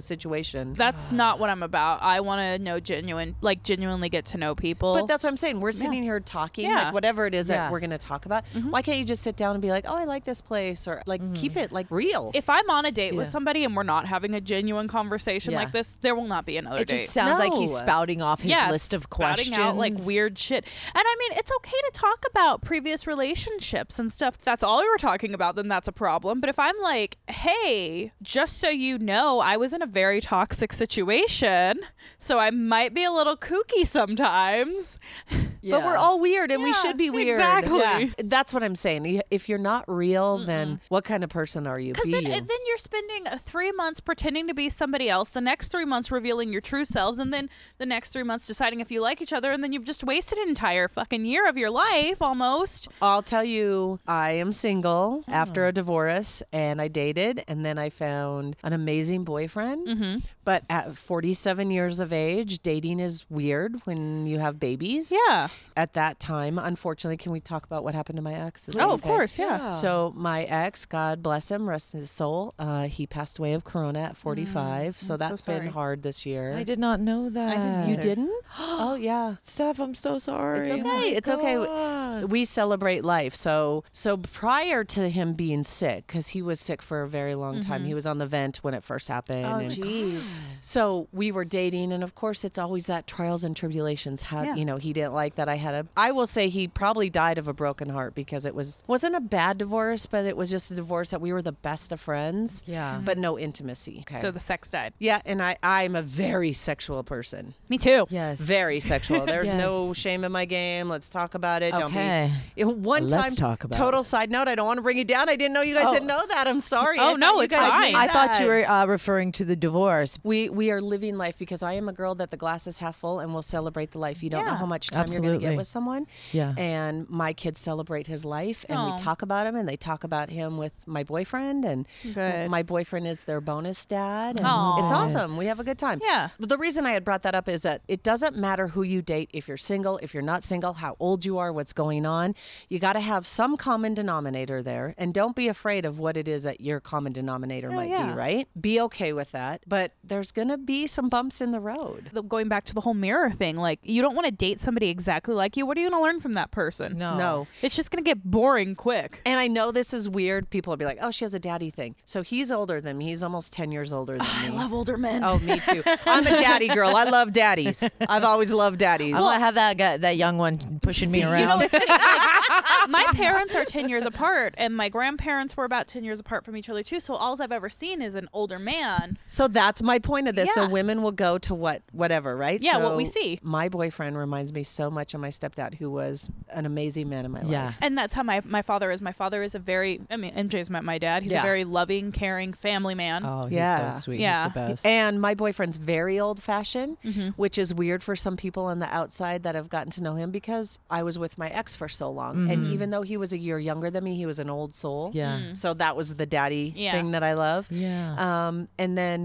Speaker 2: situation?
Speaker 1: That's not what I'm about. I want to know genuine like genuinely get to know people.
Speaker 2: But that's what I'm saying. We're sitting here talking,
Speaker 1: Yeah. Mm-hmm.
Speaker 2: like whatever it is
Speaker 3: Yeah.
Speaker 2: that we're going to talk about. Why can't you just sit down and be like, "Oh, I like this place," or like keep it like real?
Speaker 1: if I'm on a date with
Speaker 3: Yeah.
Speaker 1: somebody and we're not having a genuine conversation
Speaker 3: Yeah.
Speaker 1: like this, there will not be another
Speaker 3: it
Speaker 1: date.
Speaker 3: just sounds like he's
Speaker 2: No.
Speaker 3: spouting off his
Speaker 1: Yeah,
Speaker 3: list of
Speaker 1: spouting
Speaker 3: questions,
Speaker 1: out like weird shit. And I mean, it's okay to talk about previous relationships and stuff. If that's all we were talking about, then that's a problem. But if I'm like, hey, just so you know, I was in a very toxic situation, so I might be a little kooky sometimes.
Speaker 2: But we're
Speaker 3: Yeah.
Speaker 2: all weird, and we
Speaker 1: Yeah,
Speaker 2: should be weird.
Speaker 1: exactly. Yeah.
Speaker 2: That's what I'm saying. You- If you're not real, then what kind of person are you? Be
Speaker 1: Because then,
Speaker 2: you.
Speaker 1: uh, then you're spending uh, three months pretending to be somebody else, the next three months revealing your true selves, and then the next three months deciding if you like each other, and then you've just wasted an entire fucking year of your life almost.
Speaker 2: I'll tell you, I am single
Speaker 1: Oh.
Speaker 2: after a divorce, and I dated, and then I found an amazing boyfriend.
Speaker 1: Mm-hmm.
Speaker 2: But at 47 years of age, dating is weird when you have babies.
Speaker 1: Yeah.
Speaker 2: At that time, unfortunately, can we talk about what happened to my ex? Is that
Speaker 1: Oh, of
Speaker 2: okay?
Speaker 1: course, yeah.
Speaker 2: So my ex, God bless him, rest his soul. Uh, he passed away of corona at 45, so that's
Speaker 1: sorry.
Speaker 2: been hard this year.
Speaker 3: I did not know that.
Speaker 2: You didn't? oh yeah.
Speaker 3: Steph, I'm so sorry.
Speaker 2: It's
Speaker 3: Oh my
Speaker 2: okay. It's okay.
Speaker 3: God.
Speaker 2: We celebrate life. So so prior to him being sick, because he was sick for a very long time, he was on the vent when it first happened. and
Speaker 1: jeez.
Speaker 2: so we were dating, and of course, it's always that trials and tribulations. How
Speaker 1: Yeah.
Speaker 2: you know he didn't like that that I had a. I will say he probably died of a broken heart because it was wasn't a bad divorce, but it was just a divorce that we were the best of friends.
Speaker 3: Yeah.
Speaker 2: But no intimacy. Okay.
Speaker 1: So the sex died.
Speaker 2: yeah, and I I'm a very sexual person.
Speaker 1: Me too.
Speaker 3: Yes.
Speaker 2: Very sexual. There's no
Speaker 3: Yes.
Speaker 2: shame in my game. Let's talk about it. Don't be-
Speaker 3: Okay.
Speaker 2: It- One time,
Speaker 3: Let's talk about
Speaker 2: total side note. I don't want to bring you down. I didn't know you guys didn't know that. I'm sorry.
Speaker 1: Oh,
Speaker 2: I thought
Speaker 1: no,
Speaker 2: you
Speaker 1: it's
Speaker 2: guys
Speaker 1: fine.
Speaker 2: knew
Speaker 3: I thought you
Speaker 2: that.
Speaker 3: were uh, referring to the divorce.
Speaker 2: We we are living life because I am a girl that the glass is half full and will celebrate the life. You don't know
Speaker 1: Yeah.
Speaker 2: how much time you're going to
Speaker 3: Absolutely.
Speaker 2: get with someone.
Speaker 3: Yeah.
Speaker 2: And my kids celebrate his life and
Speaker 1: Aw.
Speaker 2: we talk about him and they talk about him with my boyfriend and
Speaker 1: Good.
Speaker 2: my boyfriend is their bonus dad. And
Speaker 1: Aw.
Speaker 2: It's awesome. We have a good time.
Speaker 1: Yeah.
Speaker 2: But the reason I had brought that up is that it doesn't matter who you date if you're single, if you're not single, how old you are, what's going on. You got to have some common denominator there and don't be afraid of what it is that your common denominator might
Speaker 1: Oh, yeah.
Speaker 2: be, right? Be okay with that, but there's going to be some bumps in the road.
Speaker 1: The- Going back to the whole mirror thing, like you don't want to date somebody exactly like you. What are you going to learn from that person?
Speaker 3: No.
Speaker 2: No.
Speaker 1: It's just going to get boring quick.
Speaker 2: And I know this is weird. People will be like, "Oh, she has a daddy thing." So he's older than me. He's almost 10 years older than me.
Speaker 1: older men.
Speaker 2: Oh, me too. I'm a daddy girl. I love daddies. I've always loved daddies.
Speaker 3: I'm gonna have that guy, that young one pushing me around.
Speaker 1: You know, it's funny. like, Ah, my parents are 10 years apart, and my grandparents were about 10 years apart from each other, too. So all I've ever seen is an older man.
Speaker 2: So that's my point of this.
Speaker 1: Yeah.
Speaker 2: So women will go to what whatever, right?
Speaker 1: Yeah, what we
Speaker 2: So
Speaker 1: see.
Speaker 2: My boyfriend reminds me so much of my stepdad, who was an amazing man in my
Speaker 3: Yeah.
Speaker 2: life.
Speaker 1: And that's how my, my father is. My father is a very, I mean, MJ's met my dad. He's
Speaker 3: Yeah.
Speaker 1: a very loving, caring family man.
Speaker 3: oh, he's
Speaker 2: Yeah.
Speaker 3: so sweet.
Speaker 1: Yeah.
Speaker 3: He's the best.
Speaker 2: And my boyfriend's very old fashioned,
Speaker 3: Mm-hmm.
Speaker 2: which is weird for some people on the outside that have gotten to know him because I was with my ex for so long. And even though he was a year younger than me, he was an old soul.
Speaker 3: Mm-hmm. Yeah.
Speaker 1: Mm-hmm.
Speaker 3: Mm.
Speaker 2: So that was the daddy
Speaker 1: Yeah.
Speaker 2: thing that I love.
Speaker 3: Yeah.
Speaker 1: Uh,
Speaker 2: Um, and then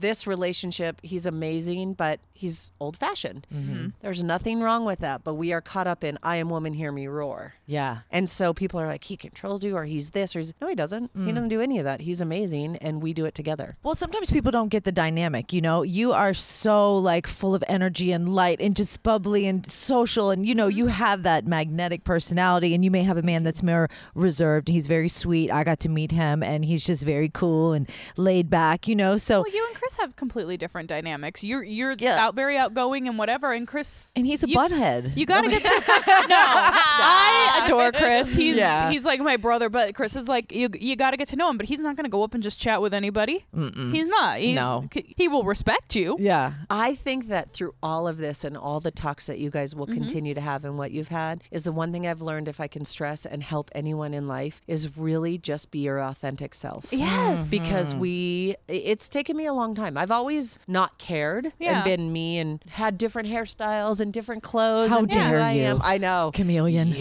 Speaker 2: this relationship, he's amazing, but he's old fashioned.
Speaker 3: Mm-hmm.
Speaker 2: There's nothing wrong with that, but we are caught up in I am woman, hear me roar.
Speaker 3: yeah.
Speaker 2: And so people are like, he controls you or he's this or he's no, he doesn't.
Speaker 3: Mm.
Speaker 2: He doesn't do any of that. He's amazing and we do it together.
Speaker 3: Well, sometimes people don't get the dynamic. You know, you are so like full of energy and light and just bubbly and social. And, you know, you
Speaker 1: Mm-hmm.
Speaker 3: have that magnetic personality. And you may have a man that's more reserved. He's very sweet. I got to meet him and he's just very cool and laid back, you know. So,
Speaker 1: Well, you and Chris have completely different dynamics. You're you're
Speaker 3: Yeah.
Speaker 1: out very outgoing and whatever, and Chris.
Speaker 3: and he's a
Speaker 1: you-
Speaker 3: butthead.
Speaker 1: You gotta get to no. I adore Chris. He's
Speaker 3: Yeah.
Speaker 1: he's like my brother, but Chris is like you. You gotta get to know him, but he's not gonna go up and just chat with anybody. He's not. He's,
Speaker 3: No.
Speaker 1: c- he will respect you.
Speaker 3: yeah.
Speaker 2: I think that through all of this and all the talks that you guys will continue to have and what you've had is the one thing I've learned if I can stress and help anyone in life is really just be your authentic self.
Speaker 1: Yes.
Speaker 3: Mm.
Speaker 2: Because we, it's taken me a long time. I've always not cared
Speaker 1: Yeah.
Speaker 2: and been me and had different hairstyles and different clothes.
Speaker 3: How
Speaker 2: and who
Speaker 3: dare
Speaker 2: I
Speaker 3: you.
Speaker 2: am. I know.
Speaker 3: Chameleon.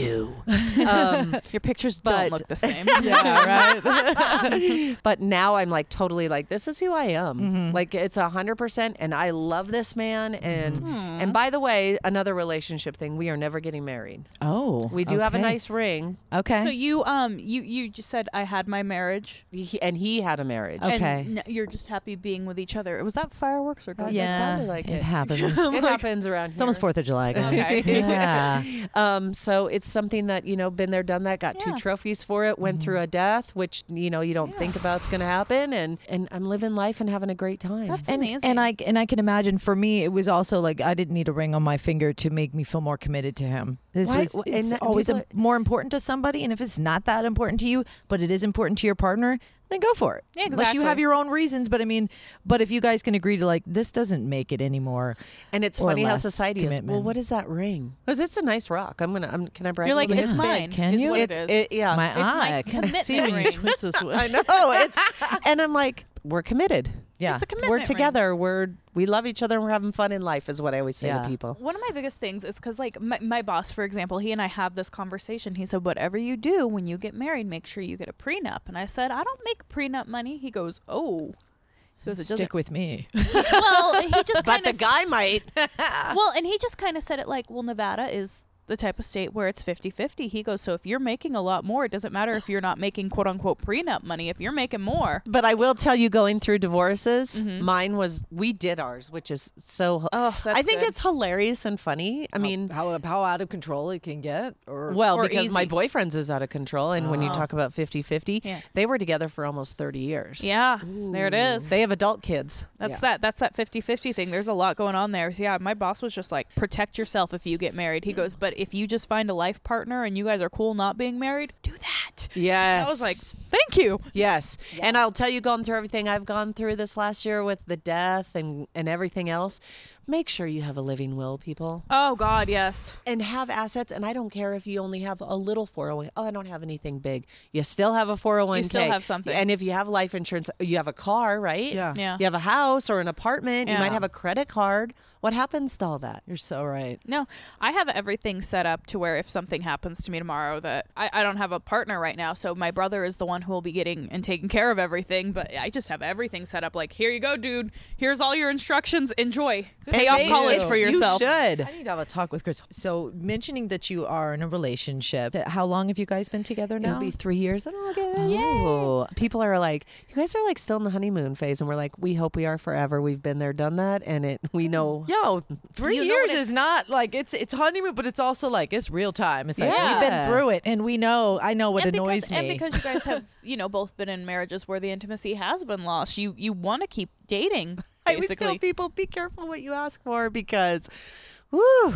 Speaker 2: Um,
Speaker 1: Your pictures
Speaker 2: But-
Speaker 1: don't look the same.
Speaker 3: yeah, right.
Speaker 2: but now I'm like totally like this is who I am.
Speaker 3: Mm-hmm.
Speaker 2: Like it's a hundred percent, and I love this man. And
Speaker 1: Hmm. Mm-hmm.
Speaker 2: and by the way, another relationship thing: we are never getting married.
Speaker 3: Oh.
Speaker 2: We do have a
Speaker 3: okay.
Speaker 2: nice ring,
Speaker 3: Okay.
Speaker 1: So you um you you just said I had my marriage.
Speaker 2: he, and he had a marriage.
Speaker 3: Okay.
Speaker 1: And n- you're just happy being with each other. Was that fireworks or?
Speaker 2: That
Speaker 3: yeah.
Speaker 2: sounded like
Speaker 3: it,
Speaker 2: it.
Speaker 3: happens. it's
Speaker 2: It happens around here.
Speaker 3: almost 4th of July. Guys.
Speaker 1: Okay.
Speaker 3: Yeah.
Speaker 2: Um, so it's something that you know, been there, done that. Got
Speaker 1: Yeah.
Speaker 2: two trophies for it. Went through a death, which you know you don't think about's going to happen. And and I'm living life and having a great time.
Speaker 1: That's
Speaker 3: and,
Speaker 1: amazing.
Speaker 3: And I and I can imagine for me it was also like I didn't need a ring on my finger to make me feel more committed to him. This
Speaker 2: Why-
Speaker 3: was
Speaker 2: wh- and
Speaker 3: it's
Speaker 2: that-
Speaker 3: always
Speaker 2: people
Speaker 3: im- more important to somebody, and if it's not that important to you, but it is important to your partner, then go for it.
Speaker 1: Yeah,
Speaker 3: Unless you
Speaker 1: exactly.
Speaker 3: have your own reasons, but I mean, but if you guys can agree to like this doesn't make it anymore.
Speaker 2: And it's
Speaker 3: or
Speaker 2: funny how
Speaker 3: less
Speaker 2: society is. Well,
Speaker 3: commitment.
Speaker 2: what is that ring? Because it's a nice rock. I'm gonna. I'm, can I brag?
Speaker 1: you're
Speaker 2: a
Speaker 1: like
Speaker 2: little bit?
Speaker 1: it's mine.
Speaker 3: Can
Speaker 1: is
Speaker 3: you?
Speaker 1: What
Speaker 2: It's
Speaker 1: it is.
Speaker 2: it- yeah.
Speaker 3: my
Speaker 1: my
Speaker 3: eye, I can see when you
Speaker 1: commitment ring.
Speaker 3: twist this way.
Speaker 2: I know. It's and I'm like we're committed.
Speaker 3: yeah.
Speaker 1: It's a commitment.
Speaker 2: We're
Speaker 1: ring.
Speaker 2: together. We're we love each other. and We're having fun in life. Is what I always say
Speaker 3: Yeah.
Speaker 2: to people.
Speaker 1: One of my biggest things is because, like, my, my boss, for example, he and I have this conversation. He said, Whatever you do when you get married, make sure you get a prenup. And I said, I don't make prenup money. He goes, Oh. He goes, It doesn't.
Speaker 3: Stick with me.
Speaker 1: Well, he just
Speaker 2: But
Speaker 1: kind
Speaker 2: the
Speaker 1: of.
Speaker 2: guy might.
Speaker 1: Well, and he just kind of said it like, Well, Nevada is the type of state where it's 50-50 he goes so if you're making a lot more it doesn't matter if you're not making quote unquote prenup money if you're making more
Speaker 2: But I will tell you, going through divorces, mine was we did ours, which is so.
Speaker 1: Mm-hmm. Oh, that's
Speaker 2: I think
Speaker 1: good.
Speaker 2: it's hilarious and funny. I mean,
Speaker 3: how how out of control it can get, or
Speaker 2: well,
Speaker 1: or
Speaker 2: because my
Speaker 1: easy.
Speaker 2: boyfriend's is out of control, and when you
Speaker 3: Oh.
Speaker 2: talk about 50-50,
Speaker 1: Yeah.
Speaker 2: they were together for almost thirty years.
Speaker 1: yeah there it is
Speaker 2: They have adult kids.
Speaker 1: that's that that's that 50-50 thing there's a lot going on there so yeah my boss was just like protect yourself if you get married he goes but if you just find a life partner and you guys are cool not being married do that
Speaker 2: Yes.
Speaker 1: i was like thank you
Speaker 2: Yes. And I'll tell you, going through everything I've gone through this last year with the death and, and everything else, make sure you have a living will, people,
Speaker 1: oh god yes
Speaker 2: and have assets. And I don't care if you only have a little 401. Oh, I don't have anything big. You still have a 401k.
Speaker 1: You still have something.
Speaker 2: And if you have life insurance, you have a car, right?
Speaker 3: Yeah.
Speaker 1: Yeah.
Speaker 2: You have a house or an apartment. You
Speaker 1: Yeah.
Speaker 2: might have a credit card. What happens to all that?
Speaker 3: you're so right.
Speaker 1: No, I have everything set up to where if something happens to me tomorrow, that I, I don't have a partner right now. So my brother is the one who will be getting and taking care of everything. But I just have everything set up. Like, here you go, dude. Here's all your instructions. Enjoy. Pay off
Speaker 2: Maybe
Speaker 1: college
Speaker 2: it's-
Speaker 1: for yourself.
Speaker 2: You should.
Speaker 3: I need to have a talk with Chris. So, mentioning that you are in a relationship, uh, how long have you guys been together now?
Speaker 2: It'll be three years in August.
Speaker 3: Oh.
Speaker 2: people are like, you guys are like still in the honeymoon phase, and we're like, we hope we are forever. We've been there, done that, and it we know.
Speaker 3: Yo, three
Speaker 1: You know
Speaker 3: years
Speaker 1: what
Speaker 3: is not like it's it's honeymoon, but it's also like it's real time. It's like we've
Speaker 2: Yeah.
Speaker 3: been through it, and we know. I know what
Speaker 1: and
Speaker 3: annoys
Speaker 1: because,
Speaker 3: me.
Speaker 1: And because you guys have, you know, both been in marriages where the intimacy has been lost, you you want to keep dating.
Speaker 2: I always tell
Speaker 1: Basically.
Speaker 2: people, be careful what you ask for because, woo,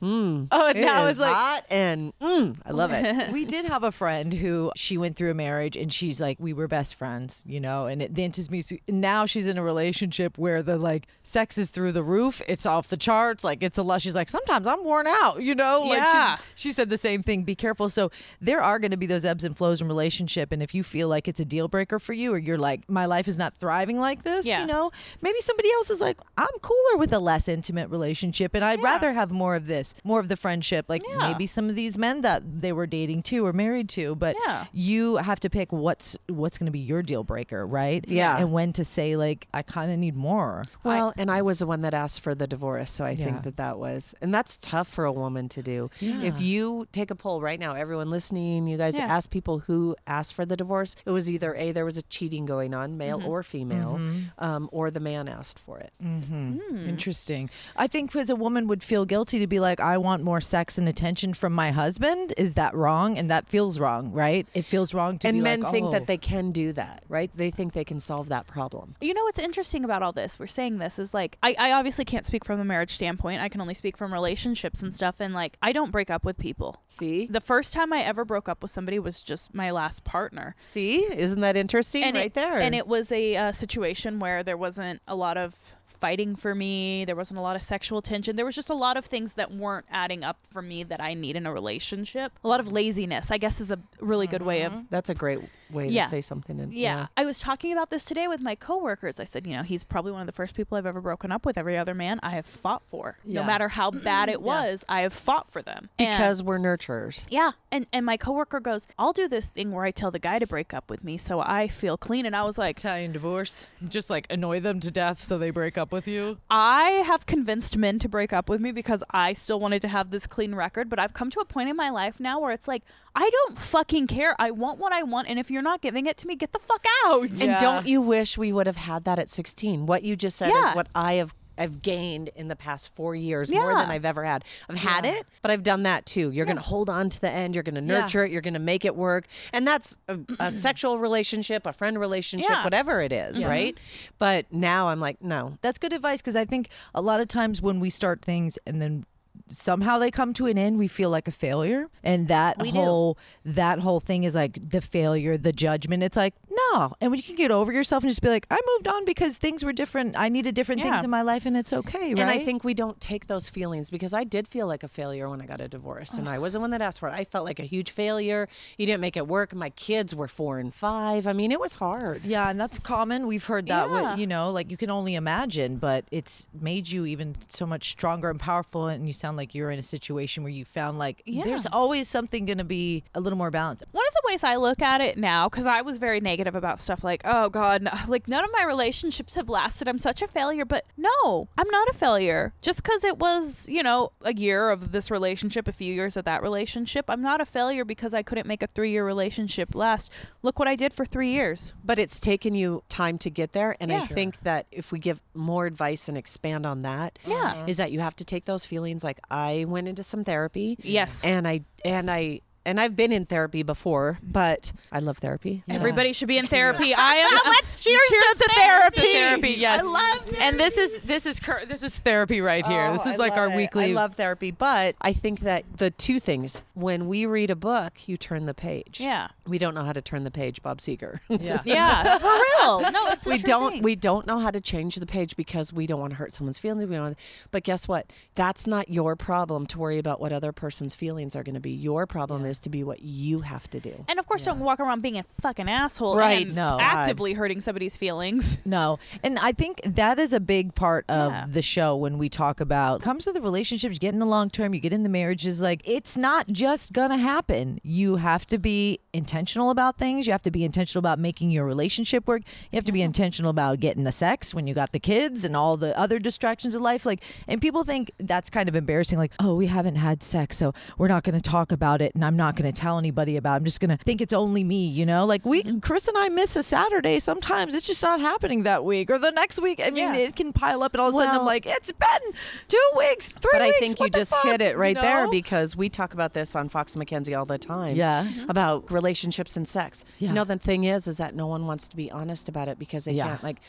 Speaker 2: mm,
Speaker 3: oh, and
Speaker 2: it
Speaker 3: now
Speaker 2: is
Speaker 3: it's like
Speaker 2: hot and mm, I love it.
Speaker 3: we did have a friend who she went through a marriage and she's like we were best friends you know and it then just me now she's in a relationship where the like sex is through the roof it's off the charts like it's a lot she's like sometimes i'm worn out you know like she's-
Speaker 1: Yeah.
Speaker 3: she said the same thing be careful so there are going to be those ebbs and flows in relationship and if you feel like it's a deal breaker for you or you're like my life is not thriving like this
Speaker 1: Yeah.
Speaker 3: you know maybe somebody else is like i'm cooler with a less intimate relationship and i'd rather have more of this more of the friendship like
Speaker 1: Yeah.
Speaker 3: maybe some of these men that they were dating to or married to but
Speaker 1: Yeah.
Speaker 3: you have to pick what's what's going to be your deal breaker right
Speaker 2: Yeah.
Speaker 3: and when to say like i kind of need more
Speaker 2: Well, and I was the one that asked for the divorce, so I
Speaker 3: Yeah.
Speaker 2: think that that was, and that's tough for a woman to do. If you take a poll right now, everyone listening, you guys
Speaker 1: Yeah.
Speaker 2: ask people who asked for the divorce, it was either a there was a cheating going on, male
Speaker 1: Mm-hmm.
Speaker 2: or female, um, or the man asked for it.
Speaker 3: Hmm.
Speaker 2: Hmm.
Speaker 3: interesting i think as a woman would feel guilty to be like i want more sex and attention from my husband is that wrong and that feels wrong right it feels wrong to
Speaker 2: and
Speaker 3: be
Speaker 2: men
Speaker 3: like,
Speaker 2: think
Speaker 3: "Oh."
Speaker 2: that they can do that right they think they can solve that problem
Speaker 1: You know what's interesting about all this? We're saying this is like I, I obviously can't speak from the marriage standpoint. I can only speak from relationships and stuff. And like I don't break up with people.
Speaker 2: see
Speaker 1: The first time I ever broke up with somebody was just my last partner.
Speaker 2: see isn't that interesting
Speaker 1: And
Speaker 2: right
Speaker 1: it,
Speaker 2: there
Speaker 1: And it was a uh, situation where there wasn't a lot of fighting for me. There wasn't a lot of sexual tension. There was just a lot of things that weren't adding up for me that I need in a relationship. A lot of laziness, I guess, is a really good way of
Speaker 2: that's a great way to
Speaker 1: Yeah.
Speaker 2: say something in,
Speaker 1: yeah. I was talking about this today with my coworkers. I said, you know, he's probably one of the first people I've ever broken up with. Every other man I have fought for,
Speaker 3: Yeah.
Speaker 1: no matter how bad it was, I have fought for them And-
Speaker 2: because we're nurturers
Speaker 1: yeah, and and my coworker goes, "I'll do this thing where I tell the guy to break up with me so I feel clean." And I was like,
Speaker 3: Italian divorce, just like annoy them to death so they break up with you.
Speaker 1: "I have convinced men to break up with me because I still wanted to have this clean record, but I've come to a point in my life now where it's like, I don't fucking care. I want what I want, and if you're not giving it to me, get the fuck out."
Speaker 2: and
Speaker 3: Yeah.
Speaker 2: don't you wish we would have had that at 16 what you just said
Speaker 1: Yeah.
Speaker 2: is what i have I've gained in the past four years more
Speaker 1: Yeah.
Speaker 2: than I've ever had. I've had it, but I've done that too. You're going to hold on to the end. You're going to
Speaker 3: Yeah.
Speaker 2: nurture it. You're going to make it work. And that's a, a sexual relationship, a friend relationship,
Speaker 1: Yeah.
Speaker 2: whatever it is, right? But now I'm like, no,
Speaker 3: That's good advice because I think a lot of times when we start things and then somehow they come to an end, we feel like a failure. And that whole that whole thing is like the failure, the judgment. It's like no, and when you can get over yourself and just be like, I moved on because things were different. I needed different
Speaker 1: Yeah.
Speaker 3: things in my life, and it's okay, right?
Speaker 2: And I think we don't take those feelings because I did feel like a failure when I got a divorce, and I was the one that asked for it. I felt like a huge failure. You didn't make it work. My kids were four and five. I mean, it was hard.
Speaker 3: Yeah, and that's common. We've heard that.
Speaker 1: Yeah.
Speaker 3: With, you know, like you can only imagine, but it's made you even so much stronger and powerful. And you sound like you're in a situation where you found like there's always something going to be a little more balanced.
Speaker 1: One of the ways I look at it now, because I was very negative negative about stuff like, oh God, n- like none of my relationships have lasted. I'm such a failure. But no, I'm not a failure. Just because it was, you know, a year of this relationship, a few years of that relationship, I'm not a failure because I couldn't make a three year relationship last. Look what I did for three years.
Speaker 2: But it's taken you time to get there. And I
Speaker 1: Yeah.
Speaker 2: think that if we give more advice and expand on that, is
Speaker 1: Yeah.
Speaker 2: that you have to take those feelings like I went into some therapy.
Speaker 1: Yes.
Speaker 2: And I and I and I've been in therapy before, but I love therapy.
Speaker 1: Everybody should be in therapy. I am. Let's
Speaker 2: cheers to
Speaker 1: therapy.
Speaker 3: Therapy, yes.
Speaker 2: I love
Speaker 3: And this is this is cur- this is therapy right here. this
Speaker 2: Oh,
Speaker 3: is
Speaker 2: I
Speaker 3: like
Speaker 2: love
Speaker 3: our
Speaker 2: it.
Speaker 3: weekly.
Speaker 2: I love therapy, but I think that the two things when we read a book, you turn the page.
Speaker 1: Yeah.
Speaker 2: We don't know how to turn the page, Bob Seeger.
Speaker 3: Yeah.
Speaker 1: Yeah, for real. No, it's a
Speaker 2: we
Speaker 1: true
Speaker 2: don't
Speaker 1: thing.
Speaker 2: we don't know how to change the page because we don't want to hurt someone's feelings. We don't. But guess what? That's not your problem to worry about what other person's feelings are going to be. Your problem is to be what you have to do.
Speaker 1: And of course, don't walk around being a fucking asshole
Speaker 2: Right.
Speaker 1: and
Speaker 3: No.
Speaker 1: actively hurting somebody's feelings.
Speaker 3: No. And I think that is a big part of
Speaker 1: Yeah.
Speaker 3: the show when we talk about comes to the relationships, you get in the long term, you get in the marriages, like it's not just gonna happen. You have to be intentional about things. You have to be intentional about making your relationship work. You have to be intentional about getting the sex when you got the kids and all the other distractions of life. Like and people think that's kind of embarrassing, like, oh, we haven't had sex, so we're not gonna talk about it and I'm not gonna tell anybody about it. I'm just gonna think it's only me, you know? Like we
Speaker 1: Mm-hmm.
Speaker 3: Chris and I miss a Saturday sometimes. It's just not happening that week or the next week. I mean,
Speaker 1: Yeah.
Speaker 3: it can pile up and all of a sudden I'm
Speaker 2: Well-
Speaker 3: like, it's been two weeks, three
Speaker 2: But I
Speaker 3: weeks.
Speaker 2: think you
Speaker 3: what the
Speaker 2: just
Speaker 3: fuck?"
Speaker 2: hit it
Speaker 3: you
Speaker 2: right there
Speaker 3: know?
Speaker 2: because we talk about this on Fox and McKenzie all the time.
Speaker 3: Yeah.
Speaker 2: About relationships and sex.
Speaker 3: Yeah.
Speaker 2: You know, the thing is, is that no one wants to be honest about it because they
Speaker 3: Yeah.
Speaker 2: can't. Like,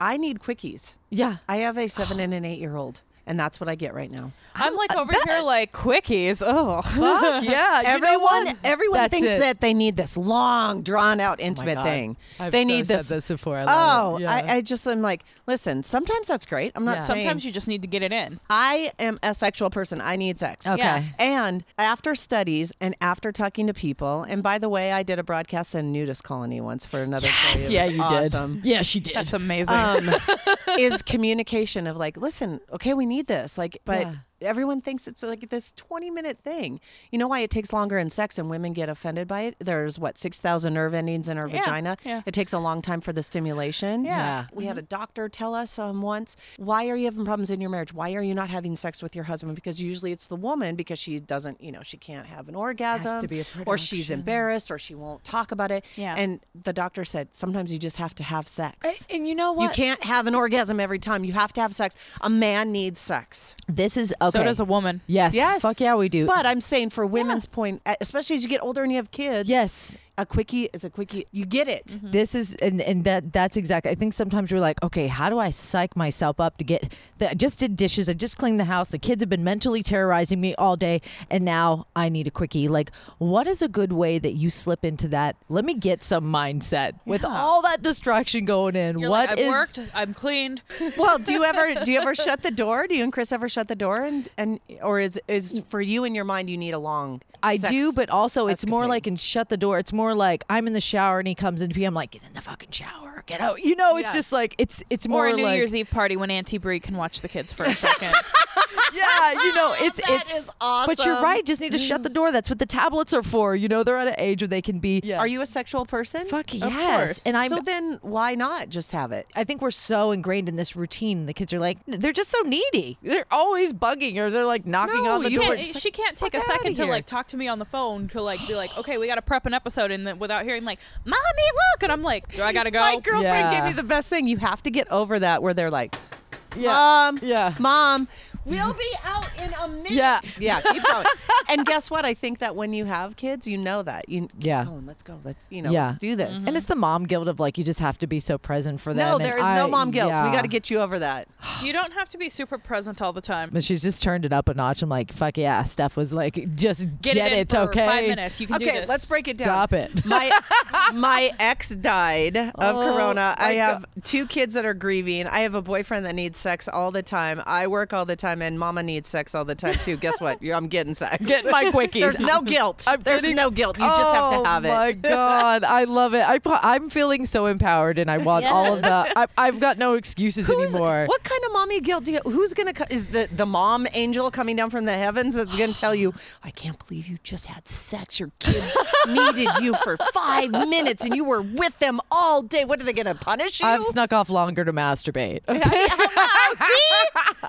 Speaker 2: I need quickies.
Speaker 3: Yeah.
Speaker 2: I have a seven and an eight year old, and that's what I get right now.
Speaker 1: I'm like over here, like quickies. Oh,
Speaker 3: Fuck yeah. Uh, You know
Speaker 2: Everyone,
Speaker 3: what?
Speaker 2: everyone
Speaker 3: That's
Speaker 2: thinks
Speaker 3: it. Oh
Speaker 2: that they need this long, drawn out, intimate
Speaker 3: God.
Speaker 2: thing.
Speaker 3: I've
Speaker 2: they
Speaker 3: so
Speaker 2: need
Speaker 3: said
Speaker 2: this.
Speaker 3: this before. I love
Speaker 2: oh,
Speaker 3: it. Yeah.
Speaker 2: I, I just am like, listen. Sometimes that's great. I'm not
Speaker 3: Yeah.
Speaker 2: saying
Speaker 1: sometimes you just need to get it in.
Speaker 2: I am a sexual person. I need sex.
Speaker 3: Okay.
Speaker 1: Yeah.
Speaker 2: And after studies and after talking to people, and by the way, I did a broadcast in nudist colony once for another. Yes.
Speaker 3: Yeah, you
Speaker 2: awesome.
Speaker 3: did. Yeah, she did.
Speaker 1: That's amazing.
Speaker 2: Um, is communication of like, listen, okay, we need this, like, but.
Speaker 3: Yeah.
Speaker 2: Everyone thinks it's like this 20 minute thing. You know why it takes longer in sex and women get offended by it? There's what, 6,000 nerve endings in our
Speaker 1: Yeah.
Speaker 2: vagina?
Speaker 1: Yeah.
Speaker 2: It takes a long time for the stimulation.
Speaker 3: Yeah. Mm-hmm.
Speaker 2: We had a doctor tell us um, once, why are you having problems in your marriage? Why are you not having sex with your husband? Because usually it's the woman because she doesn't, you know, she can't have an orgasm
Speaker 3: be a
Speaker 2: or she's embarrassed or she won't talk about it.
Speaker 1: Yeah.
Speaker 2: And the doctor said, sometimes you just have to have sex.
Speaker 3: and you know what?
Speaker 2: You can't have an orgasm every time. You have to have sex. A man needs sex.
Speaker 3: This is okay.
Speaker 1: So does a woman.
Speaker 3: yes.
Speaker 2: Yes.
Speaker 3: Fuck yeah, we do.
Speaker 2: But I'm saying for women's point, e, especially as you get older and you have kids.
Speaker 3: yes.
Speaker 2: A quickie is a quickie. You get it.
Speaker 1: Mm-hmm.
Speaker 3: This is and and that that's exactly. I think sometimes we're like, okay, how do I psych myself up to get? The, I just did dishes. I just cleaned the house. The kids have been mentally terrorizing me all day, and now I need a quickie. Like, what is a good way that you slip into that? Let me get some mindset with all that distraction going in. What is?
Speaker 1: I've worked. I'm cleaned.
Speaker 2: Well, do you ever do you ever shut the door? Do you and Chris ever shut the door and and or is is for you in your mind you need a long
Speaker 3: I
Speaker 2: sex-
Speaker 3: do, but also it's more
Speaker 2: escapade.
Speaker 3: like and shut the door. It's more like I'm in the shower and he comes into me. I'm like, get in the fucking shower, get out. You know, it's
Speaker 2: Yeah.
Speaker 3: just like it's it's more
Speaker 1: Or a New
Speaker 3: like
Speaker 1: Year's Eve party when Auntie Bree can watch the kids for a second.
Speaker 3: yeah, you know, it's
Speaker 2: That
Speaker 3: it's
Speaker 2: is awesome.
Speaker 3: But you're right. Just need to shut the door. That's what the tablets are for. You know, they're at an age where they can be.
Speaker 2: Are you a sexual person?
Speaker 3: Fuck
Speaker 2: Of
Speaker 3: yes.
Speaker 2: course.
Speaker 3: And I'm-
Speaker 2: so then why not just have it?
Speaker 3: I think we're so ingrained in this routine. The kids are like, they're just so needy. They're always bugging or they're like knocking
Speaker 2: No,
Speaker 3: on the
Speaker 2: you
Speaker 3: door.
Speaker 1: Can't-
Speaker 3: Just like,
Speaker 1: she can't take a
Speaker 3: "Fuck outta
Speaker 1: second to
Speaker 3: here."
Speaker 1: like talk to me on the phone to like be like, okay, we got to prep an episode, and then without hearing like, mommy, look, and I'm like, do I gotta go?
Speaker 2: My girlfriend
Speaker 3: Yeah.
Speaker 2: gave me the best thing. You have to get over that where they're like,
Speaker 3: Yeah.
Speaker 2: Mom,
Speaker 3: Yeah.
Speaker 2: Mom, we'll be out in a minute.
Speaker 3: Yeah.
Speaker 2: Yeah, keep going. and guess what? I think that when you have kids, you know that. You
Speaker 3: Yeah.
Speaker 2: Colin, let's go. Let's you know,
Speaker 3: Yeah.
Speaker 2: let's do this.
Speaker 3: And it's the mom guilt of like, you just have to be so present for them.
Speaker 2: no,
Speaker 3: And
Speaker 2: there is
Speaker 3: I-
Speaker 2: no mom guilt.
Speaker 3: yeah.
Speaker 2: We got to get you over that.
Speaker 1: You don't have to be super present all the time.
Speaker 3: But she's just turned it up a notch. I'm like, fuck yeah. Steph was like, just get,
Speaker 1: Get, it, in for
Speaker 3: okay?
Speaker 1: Five minutes. You can do
Speaker 2: Okay,
Speaker 1: this.
Speaker 2: let's break it down.
Speaker 3: Stop it.
Speaker 2: My my ex died of
Speaker 3: Oh
Speaker 2: corona. I have two kids that are grieving. I have a boyfriend that needs sex all the time. I work all the time. time, and Mama needs sex all the time too. Guess what? You're- I'm getting sex.
Speaker 3: Get my quickies.
Speaker 2: There's no guilt.
Speaker 3: I'm
Speaker 2: There's
Speaker 3: getting-
Speaker 2: no guilt. You just have
Speaker 3: Oh,
Speaker 2: to have it.
Speaker 3: my god, I love it. I, pro- I'm feeling so empowered, and I want all of the. I, I've got no excuses
Speaker 2: Who's-
Speaker 3: anymore.
Speaker 2: What kind of mommy guilt do you? Who's gonna? co- Is the the mom angel coming down from the heavens that's gonna tell you, "I can't believe you just had sex. Your kids needed you for five minutes, and you were with them all day. What are they gonna punish you?
Speaker 3: I've snuck off longer to masturbate.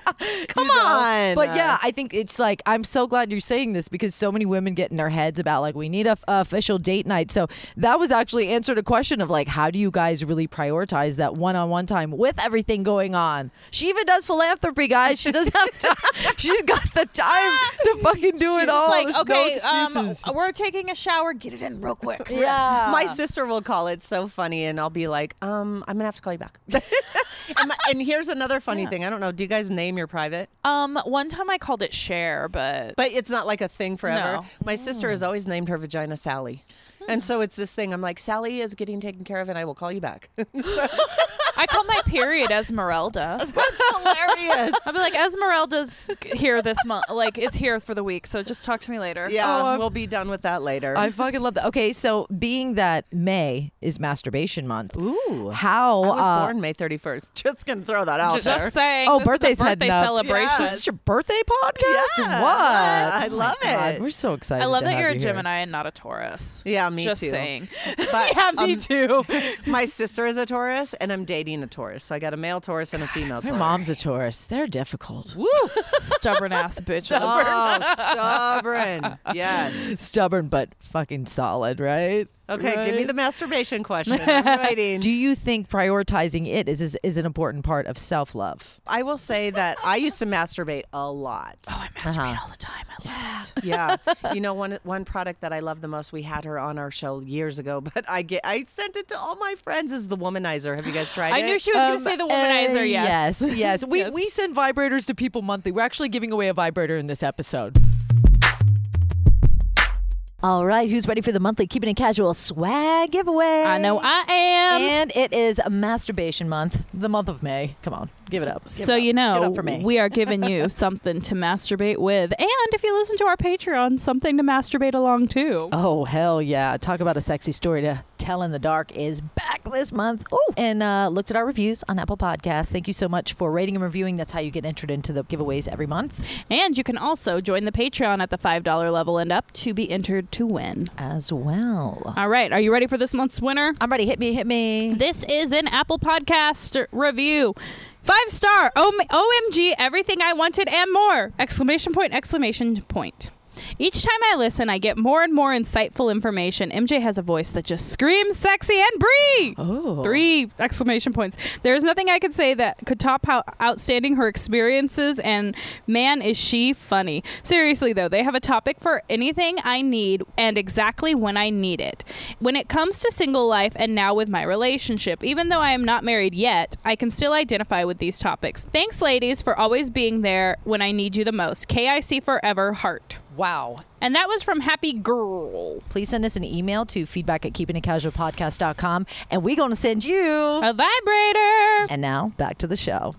Speaker 2: Come on.
Speaker 3: But yeah, I think it's like I'm so glad you're saying this because so many women get in their heads about like we need a f- official date night. So that was actually answered a question of like how do you guys really prioritize that one-on-one time with everything going on? She even does philanthropy, guys. She doesn't have time. She's got the time to fucking do it
Speaker 1: It's
Speaker 3: all.
Speaker 1: like,
Speaker 3: There's no
Speaker 1: okay, um,
Speaker 3: excuses.
Speaker 1: we're taking a shower. Get it in real quick.
Speaker 3: yeah.
Speaker 2: My sister will call it so funny, and I'll be like, um, I'm gonna have to call you back. and, my- and here's another funny thing. I don't know. Do you guys name your private?
Speaker 1: Um, one time I called it share, but
Speaker 2: But it's not like a thing forever.
Speaker 1: No. Hmm.
Speaker 2: My sister has always named her vagina Sally. And so it's this thing. I'm like, Sally is getting taken care of, and I will call you back.
Speaker 1: I call my period Esmeralda.
Speaker 2: Hilarious.
Speaker 1: I'll be like, Esmeralda's here this month. Like, it's here for the week. So just talk to me later.
Speaker 3: Oh,
Speaker 2: Yeah,
Speaker 3: I'm-
Speaker 2: Um, we'll be done with that later.
Speaker 3: I fucking love that. Okay, so being that May is masturbation month,
Speaker 2: Ooh.
Speaker 3: how
Speaker 2: I was
Speaker 3: uh,
Speaker 2: born May 31st. Just gonna throw that out
Speaker 1: Just
Speaker 2: there.
Speaker 1: saying.
Speaker 3: Oh,
Speaker 1: this is a
Speaker 3: birthday's
Speaker 1: birthday
Speaker 3: heading up.
Speaker 1: celebration.
Speaker 2: Yeah.
Speaker 3: So is this your birthday podcast?
Speaker 2: Yeah.
Speaker 3: What?
Speaker 2: I
Speaker 3: Oh my
Speaker 2: love
Speaker 3: God,
Speaker 2: it.
Speaker 3: We're so excited.
Speaker 1: I love
Speaker 3: to
Speaker 1: that
Speaker 3: have
Speaker 1: you're a
Speaker 3: you here.
Speaker 1: Gemini and not a Taurus.
Speaker 2: Yeah, me
Speaker 1: Just
Speaker 2: too.
Speaker 1: saying.
Speaker 2: But,
Speaker 1: yeah, me
Speaker 2: um,
Speaker 1: too.
Speaker 2: My sister is a Taurus, and I'm dating a Taurus. So I got a male Taurus and a female
Speaker 3: Your
Speaker 2: Taurus.
Speaker 3: mom's a Taurus. They're difficult.
Speaker 2: Woo!
Speaker 1: Stubborn ass bitches.
Speaker 2: Oh, stubborn. Yes.
Speaker 3: Stubborn but fucking solid, right?
Speaker 2: Okay, give me
Speaker 3: Right?
Speaker 2: the masturbation question. I'm waiting.
Speaker 3: Do you think prioritizing it is is, is an important part of self love?
Speaker 2: I will say that I used to masturbate a lot.
Speaker 1: Oh, I masturbate all the time. I love it.
Speaker 2: Uh-huh. yeah. You know, one one product that I love the most, we had her on our show years ago, but I get I sent it to all my friends is the womanizer. Have you guys tried
Speaker 1: I
Speaker 2: it?
Speaker 1: knew she was going to say the womanizer. Um, eh, yes.
Speaker 3: Um, uh, yes, yes. We
Speaker 1: Yes.
Speaker 3: we send vibrators to people monthly. We're actually giving away a vibrator in this episode. All right, who's ready for the monthly keeping it casual swag giveaway?
Speaker 1: I know I am.
Speaker 3: and it is masturbation month, the month of May. Come on, give it up. Give
Speaker 1: so
Speaker 3: it up.
Speaker 1: you
Speaker 3: Give it
Speaker 1: know
Speaker 3: up for May.
Speaker 1: we are giving you something to masturbate with and if you listen to our patreon something to masturbate along to
Speaker 3: Oh hell yeah! Talk about a sexy story to tell in the dark is back this month. Ooh. And uh, looked at our reviews on Apple Podcasts. Thank you so much for rating and reviewing. That's how you get entered into the giveaways every month.
Speaker 1: and you can also join the patreon at the $5 level and up to be entered to win
Speaker 3: as well.
Speaker 1: all right are you ready for this month's winner
Speaker 3: I'm ready. Hit me, hit me.
Speaker 1: this is an apple podcast review five star O- omg everything i wanted and more exclamation point exclamation point each time I listen, I get more and more insightful information. MJ has a voice that just screams sexy and Brie.
Speaker 3: Oh,
Speaker 1: Three exclamation points. There is nothing I could say that could top how outstanding her experiences and man is she funny. Seriously though, they have a topic for anything I need and exactly when I need it. When it comes to single life and now with my relationship, even though I am not married yet, I can still identify with these topics. Thanks ladies for always being there when I need you the most. KIC forever heart.
Speaker 3: Wow.
Speaker 1: And that was from Happy Girl.
Speaker 3: Please send us an email to feedback at keepingitcasualpodcast.com and we're going to send you.
Speaker 2: Uh,
Speaker 1: A vibrator.
Speaker 3: And now back to the show.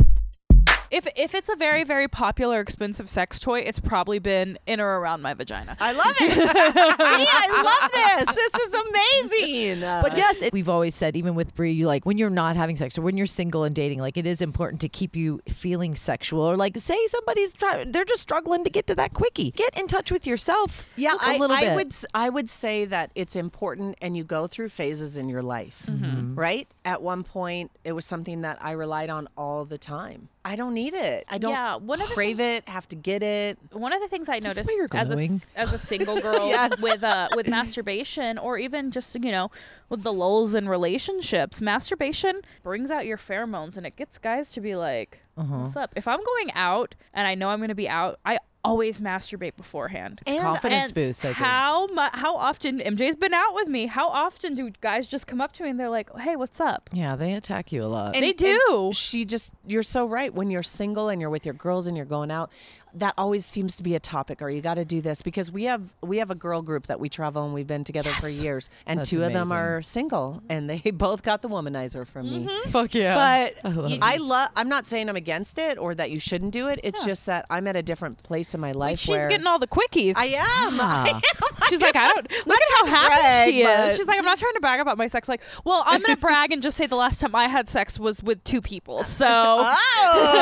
Speaker 1: if if it's a very very popular expensive sex toy, it's probably been in or around my vagina.
Speaker 2: I love it. See, I love this. This is amazing.
Speaker 1: uh,
Speaker 3: But yes, it, we've always said, even with Brie, you like when you're not having sex or when you're single and dating, like it is important to keep you feeling sexual. Or like, say somebody's trying, they're just struggling to get to that quickie. Get in touch with yourself.
Speaker 2: Yeah,
Speaker 3: a
Speaker 2: I,
Speaker 3: little
Speaker 2: I
Speaker 3: bit.
Speaker 2: would s- I would say that it's important and you go through phases in your life,
Speaker 1: Mm-hmm.
Speaker 2: right? At one point, it was something that I relied on all the time. I don't need it. I don't
Speaker 1: Yeah, one of the
Speaker 2: crave it, have to get it.
Speaker 1: One of the things I
Speaker 3: this
Speaker 1: noticed
Speaker 3: where you're
Speaker 1: as a
Speaker 3: going?
Speaker 1: as a single girl with uh, with masturbation or even just you know with the lulls in relationships, masturbation brings out your
Speaker 3: Uh-huh.
Speaker 1: pheromones and it gets guys to be like, "What's up?" If I'm going out and I know I'm going to be out, I always masturbate beforehand.
Speaker 2: And-
Speaker 3: confidence
Speaker 1: And
Speaker 3: boost. I think.
Speaker 1: how mu- how often MJ's been out with me? How often do guys just come up to me and they're like, "Hey, what's up?"
Speaker 3: yeah, they attack you a lot.
Speaker 1: They do.
Speaker 2: she just you're so right when you're single and you're with your girls and you're going out that always seems to be a topic or you got to do this because we have we have a girl group that we travel and we've been together for years and
Speaker 3: That's
Speaker 2: two of them
Speaker 3: amazing. Mm-hmm.
Speaker 2: are single and they both got the womanizer from me
Speaker 3: Fuck yeah.
Speaker 2: but I love. I'm not saying I'm against it or that you shouldn't do it. It's just that I'm at a different place in my life.
Speaker 1: She's
Speaker 2: where
Speaker 1: getting all the quickies.
Speaker 2: I am. I
Speaker 1: She's like, I don't. Look at how
Speaker 2: trying to
Speaker 1: happy
Speaker 2: brag,
Speaker 1: she is.
Speaker 2: but-
Speaker 1: She's like, I'm not trying to brag about my sex. Like, well, I'm gonna brag and just say the last time I had sex was with two people. So
Speaker 2: Uh-huh.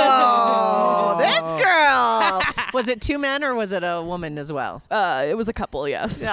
Speaker 2: Oh, this girl. Was it two men or was it a woman as well?
Speaker 1: uh, it was a couple, yes.
Speaker 2: Oh,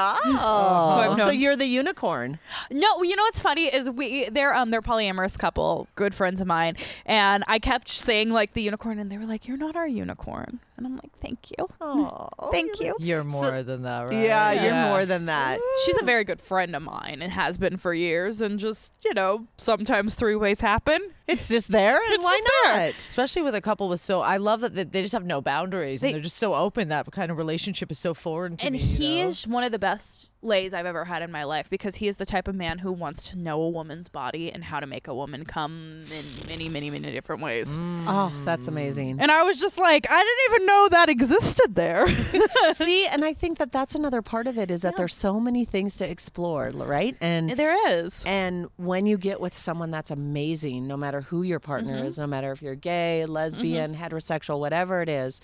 Speaker 1: I've
Speaker 2: so
Speaker 1: known.
Speaker 2: you're the unicorn.
Speaker 1: No, you know what's funny is we they're um they're polyamorous couple, good friends of mine, and I kept saying like the unicorn, and they were like, "You're not our unicorn," and I'm like, "Thank you,
Speaker 2: Oh,
Speaker 1: thank you."
Speaker 3: you're more than that, right?
Speaker 2: Yeah, you're more than that.
Speaker 1: She's a very good friend of mine and has been for years, and just you know sometimes three ways happen.
Speaker 2: It's just there, and
Speaker 1: It's
Speaker 2: why
Speaker 1: just there.
Speaker 2: not?
Speaker 3: Especially with a couple with so, I love that they- they just have no boundaries
Speaker 1: They-
Speaker 3: and they're just so open. That kind of relationship is so foreign to
Speaker 1: and
Speaker 3: me.
Speaker 1: he
Speaker 3: you know?
Speaker 1: is one of the best lays I've ever had in my life because he is the type of man who wants to know a woman's body and how to make a woman come in many, many, many different ways.
Speaker 3: Mm.
Speaker 2: Oh, that's amazing.
Speaker 1: And I was just like, I didn't even know that existed there.
Speaker 2: See, and I think that that's another part of it is that there's so many things to explore, right? And
Speaker 1: there is.
Speaker 2: And when you get with someone that's amazing, no matter who your partner is, no matter if you're gay, lesbian, heterosexual, whatever it is,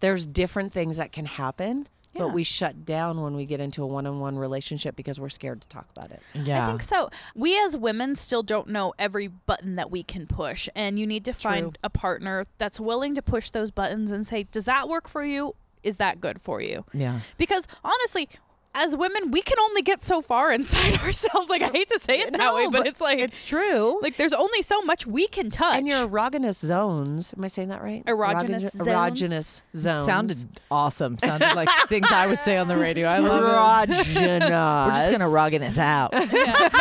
Speaker 2: there's different things that can happen. But
Speaker 1: Yeah.
Speaker 2: we shut down when we get into a one on one relationship because we're scared to talk about it.
Speaker 3: yeah.
Speaker 1: I think so. We as women still don't know every button that we can push, and you need to find a partner that's willing to push those buttons and say, "Does that work for you? Is that good for you?"
Speaker 3: Yeah.
Speaker 1: Because honestly, as women, we can only get so far inside ourselves. Like I hate to say it that way, but, it's like
Speaker 2: it's true.
Speaker 1: like there's only so much we can touch.
Speaker 2: and your erogenous zones. Am I saying that right?
Speaker 1: Erogenous zones?
Speaker 2: Erogenous zones.
Speaker 3: Sounded awesome. Sounded like things I would say on the radio. I love it.
Speaker 2: erogenous.
Speaker 3: We're just gonna rugging this out.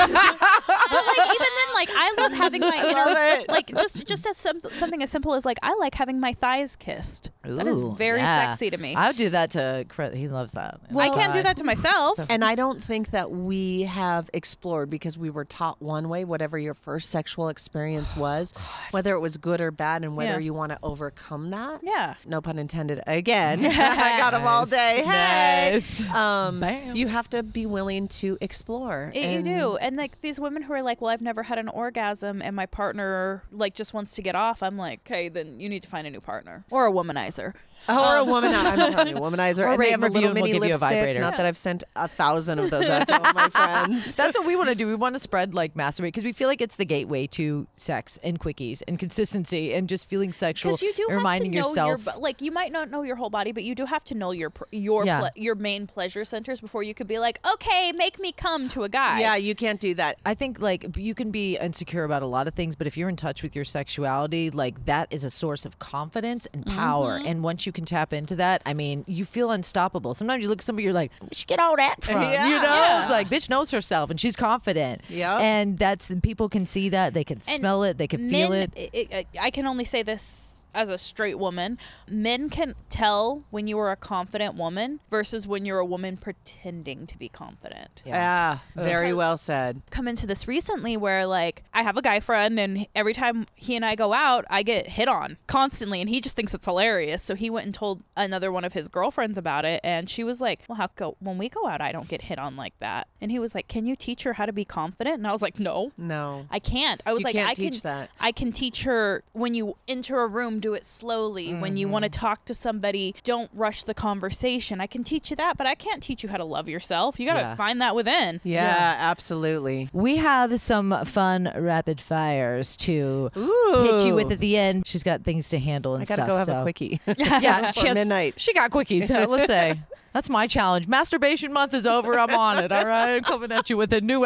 Speaker 1: but like even then, like I love having my
Speaker 2: love
Speaker 1: inner
Speaker 2: it.
Speaker 1: like just just as sim- something as simple as like I like having my thighs kissed. that is
Speaker 3: Ooh,
Speaker 1: very
Speaker 3: yeah.
Speaker 1: sexy to me. I,
Speaker 3: I would do that to Chris. He loves that.
Speaker 1: can't do that to myself.
Speaker 2: And I don't think that we have explored because we were taught one way, whatever your first sexual experience
Speaker 3: Oh,
Speaker 2: was, whether it was good or bad, and whether
Speaker 1: Yeah.
Speaker 2: you want to overcome that.
Speaker 1: Yeah.
Speaker 2: No pun intended. Again, I got them all day. Hey.
Speaker 3: Nice.
Speaker 2: Um,
Speaker 3: Bam.
Speaker 2: you have to be willing to explore.
Speaker 1: It-
Speaker 2: and-
Speaker 1: you do, and like these women who are like, "Well, I've never had an orgasm, and my partner like just wants to get off." I'm like, "Okay, then you need to find a new partner or a womanizer."
Speaker 2: Or a womanizer. I'm telling you, womanizer.
Speaker 3: Um, Or
Speaker 2: and
Speaker 3: rate
Speaker 2: they
Speaker 3: and
Speaker 2: have a
Speaker 3: review
Speaker 2: little
Speaker 3: and we'll
Speaker 2: mini
Speaker 3: give you a
Speaker 2: lipstick.
Speaker 3: vibrator.
Speaker 2: Not that I've sent a thousand of those out to all my friends.
Speaker 3: That's what we want to do. We want to spread like masturbate because we feel like it's the gateway to sex and quickies and consistency and just feeling sexual.
Speaker 1: because you do
Speaker 3: and reminding
Speaker 1: have to know
Speaker 3: yourself.
Speaker 1: your bu- like you might not know your whole body but you do have to know your pr- your
Speaker 3: Yeah.
Speaker 1: ple- your main pleasure centers before you could be like okay make me come to a guy
Speaker 2: Yeah, you can't do that.
Speaker 3: I think like you can be insecure about a lot of things, but if you're in touch with your sexuality, like that is a source of confidence and
Speaker 2: Mm-hmm.
Speaker 3: power. And once you can tap into that, I mean, you feel unstoppable. Sometimes you look at somebody, you're like, "Where'd she get all that from?" You
Speaker 2: Yeah.
Speaker 3: know, it's like, "Bitch knows herself and she's confident."
Speaker 2: Yep.
Speaker 3: and that's people can see that, they can
Speaker 1: And
Speaker 3: smell it, they can feel
Speaker 1: men-
Speaker 3: it.
Speaker 1: i- i- i can only say this as a straight woman men can tell when you are a confident woman versus when you're a woman pretending to be confident
Speaker 2: Yeah, Ah, very well said.
Speaker 1: come into this recently where like I have a guy friend and every time he and I go out, I get hit on constantly and he just thinks it's hilarious. So he went and told another one of his girlfriends about it and she was like, "Well, how go when we go out I don't get hit on like that." And he was like, "Can you teach her how to be confident?" And I was like, "No."
Speaker 2: No.
Speaker 1: I can't. I was
Speaker 2: You
Speaker 1: like,
Speaker 2: can't
Speaker 1: I
Speaker 2: teach
Speaker 1: can.
Speaker 2: that.
Speaker 1: I can teach her when you enter a room, do it slowly. When you want to
Speaker 3: Mm-hmm.
Speaker 1: talk to somebody, don't rush the conversation. I can teach you that, but I can't teach you how to love yourself. You gotta
Speaker 3: Yeah.
Speaker 1: find that within.
Speaker 2: Yeah, absolutely.
Speaker 3: We have some fun rapid fires to hit you with at the end. She's got things to handle and
Speaker 2: I gotta
Speaker 3: stuff.
Speaker 2: go have
Speaker 3: so.
Speaker 2: a quickie.
Speaker 3: Yeah,
Speaker 2: midnight.
Speaker 3: She got quickies. uh, let's say. That's my challenge. Masturbation month is over. I'm on it. All right. I'm coming at you with a new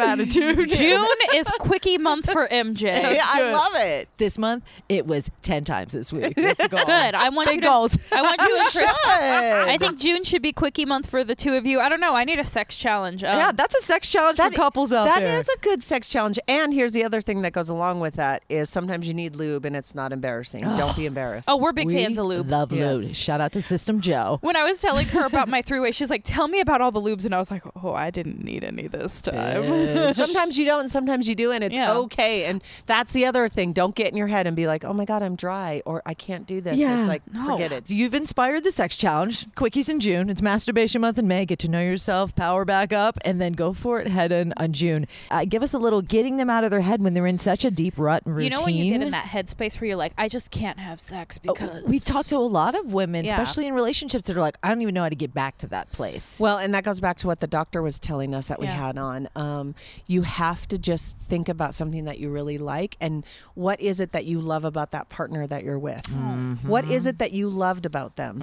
Speaker 3: attitude.
Speaker 1: June is quickie month for MJ.
Speaker 2: yeah,
Speaker 3: do
Speaker 2: I
Speaker 3: it.
Speaker 2: love it.
Speaker 3: This month, it was 10 times this week. That's the goal.
Speaker 1: Good. I want
Speaker 3: Big
Speaker 1: you to.
Speaker 3: goals.
Speaker 1: I want you and Chris.
Speaker 2: Good.
Speaker 1: I think June should be quickie month for the two of you. I don't know. I need a sex challenge. Um,
Speaker 3: Yeah, that's a sex challenge
Speaker 2: That-
Speaker 3: for couples out there.
Speaker 2: That is a good sex challenge. And here's the other thing that goes along with that is sometimes you need lube and it's not embarrassing. Don't be embarrassed.
Speaker 1: oh, we're big
Speaker 3: we
Speaker 1: fans of lube.
Speaker 3: Love
Speaker 2: Yes.
Speaker 3: lube. Shout out to System Joe.
Speaker 1: when I was telling her about my three way, she's like, "Tell me about all the lubes," and I was like, "Oh, I didn't need any this time."
Speaker 2: Sometimes you don't, and sometimes you do, and it's
Speaker 1: Yeah.
Speaker 2: okay. And that's the other thing. Don't get in your head and be like, "Oh my God, I'm dry," or "I can't do this."
Speaker 3: Yeah.
Speaker 2: It's like,
Speaker 1: No.
Speaker 2: forget it.
Speaker 3: So you've inspired the sex challenge. Quickies in June. It's masturbation month in May. Get to know yourself, power back up, and then go for it head in on June. Uh, give us a little getting them out of their head when they're in such a deep rut and
Speaker 1: You
Speaker 3: routine.
Speaker 1: know when you get in that headspace where you're like, "I just can't have sex because."
Speaker 3: We've Oh, talked to a lot of women,
Speaker 1: Yeah.
Speaker 3: especially in relationships, that are like, I don't even know how to get back to that place.
Speaker 2: Well, and that goes back to what the doctor was telling us that we
Speaker 1: Yeah.
Speaker 2: had on. Um, you have to just think about something that you really like and what is it that you love about that partner that you're with?
Speaker 1: Mm-hmm. Mm.
Speaker 2: What is it that you loved about them?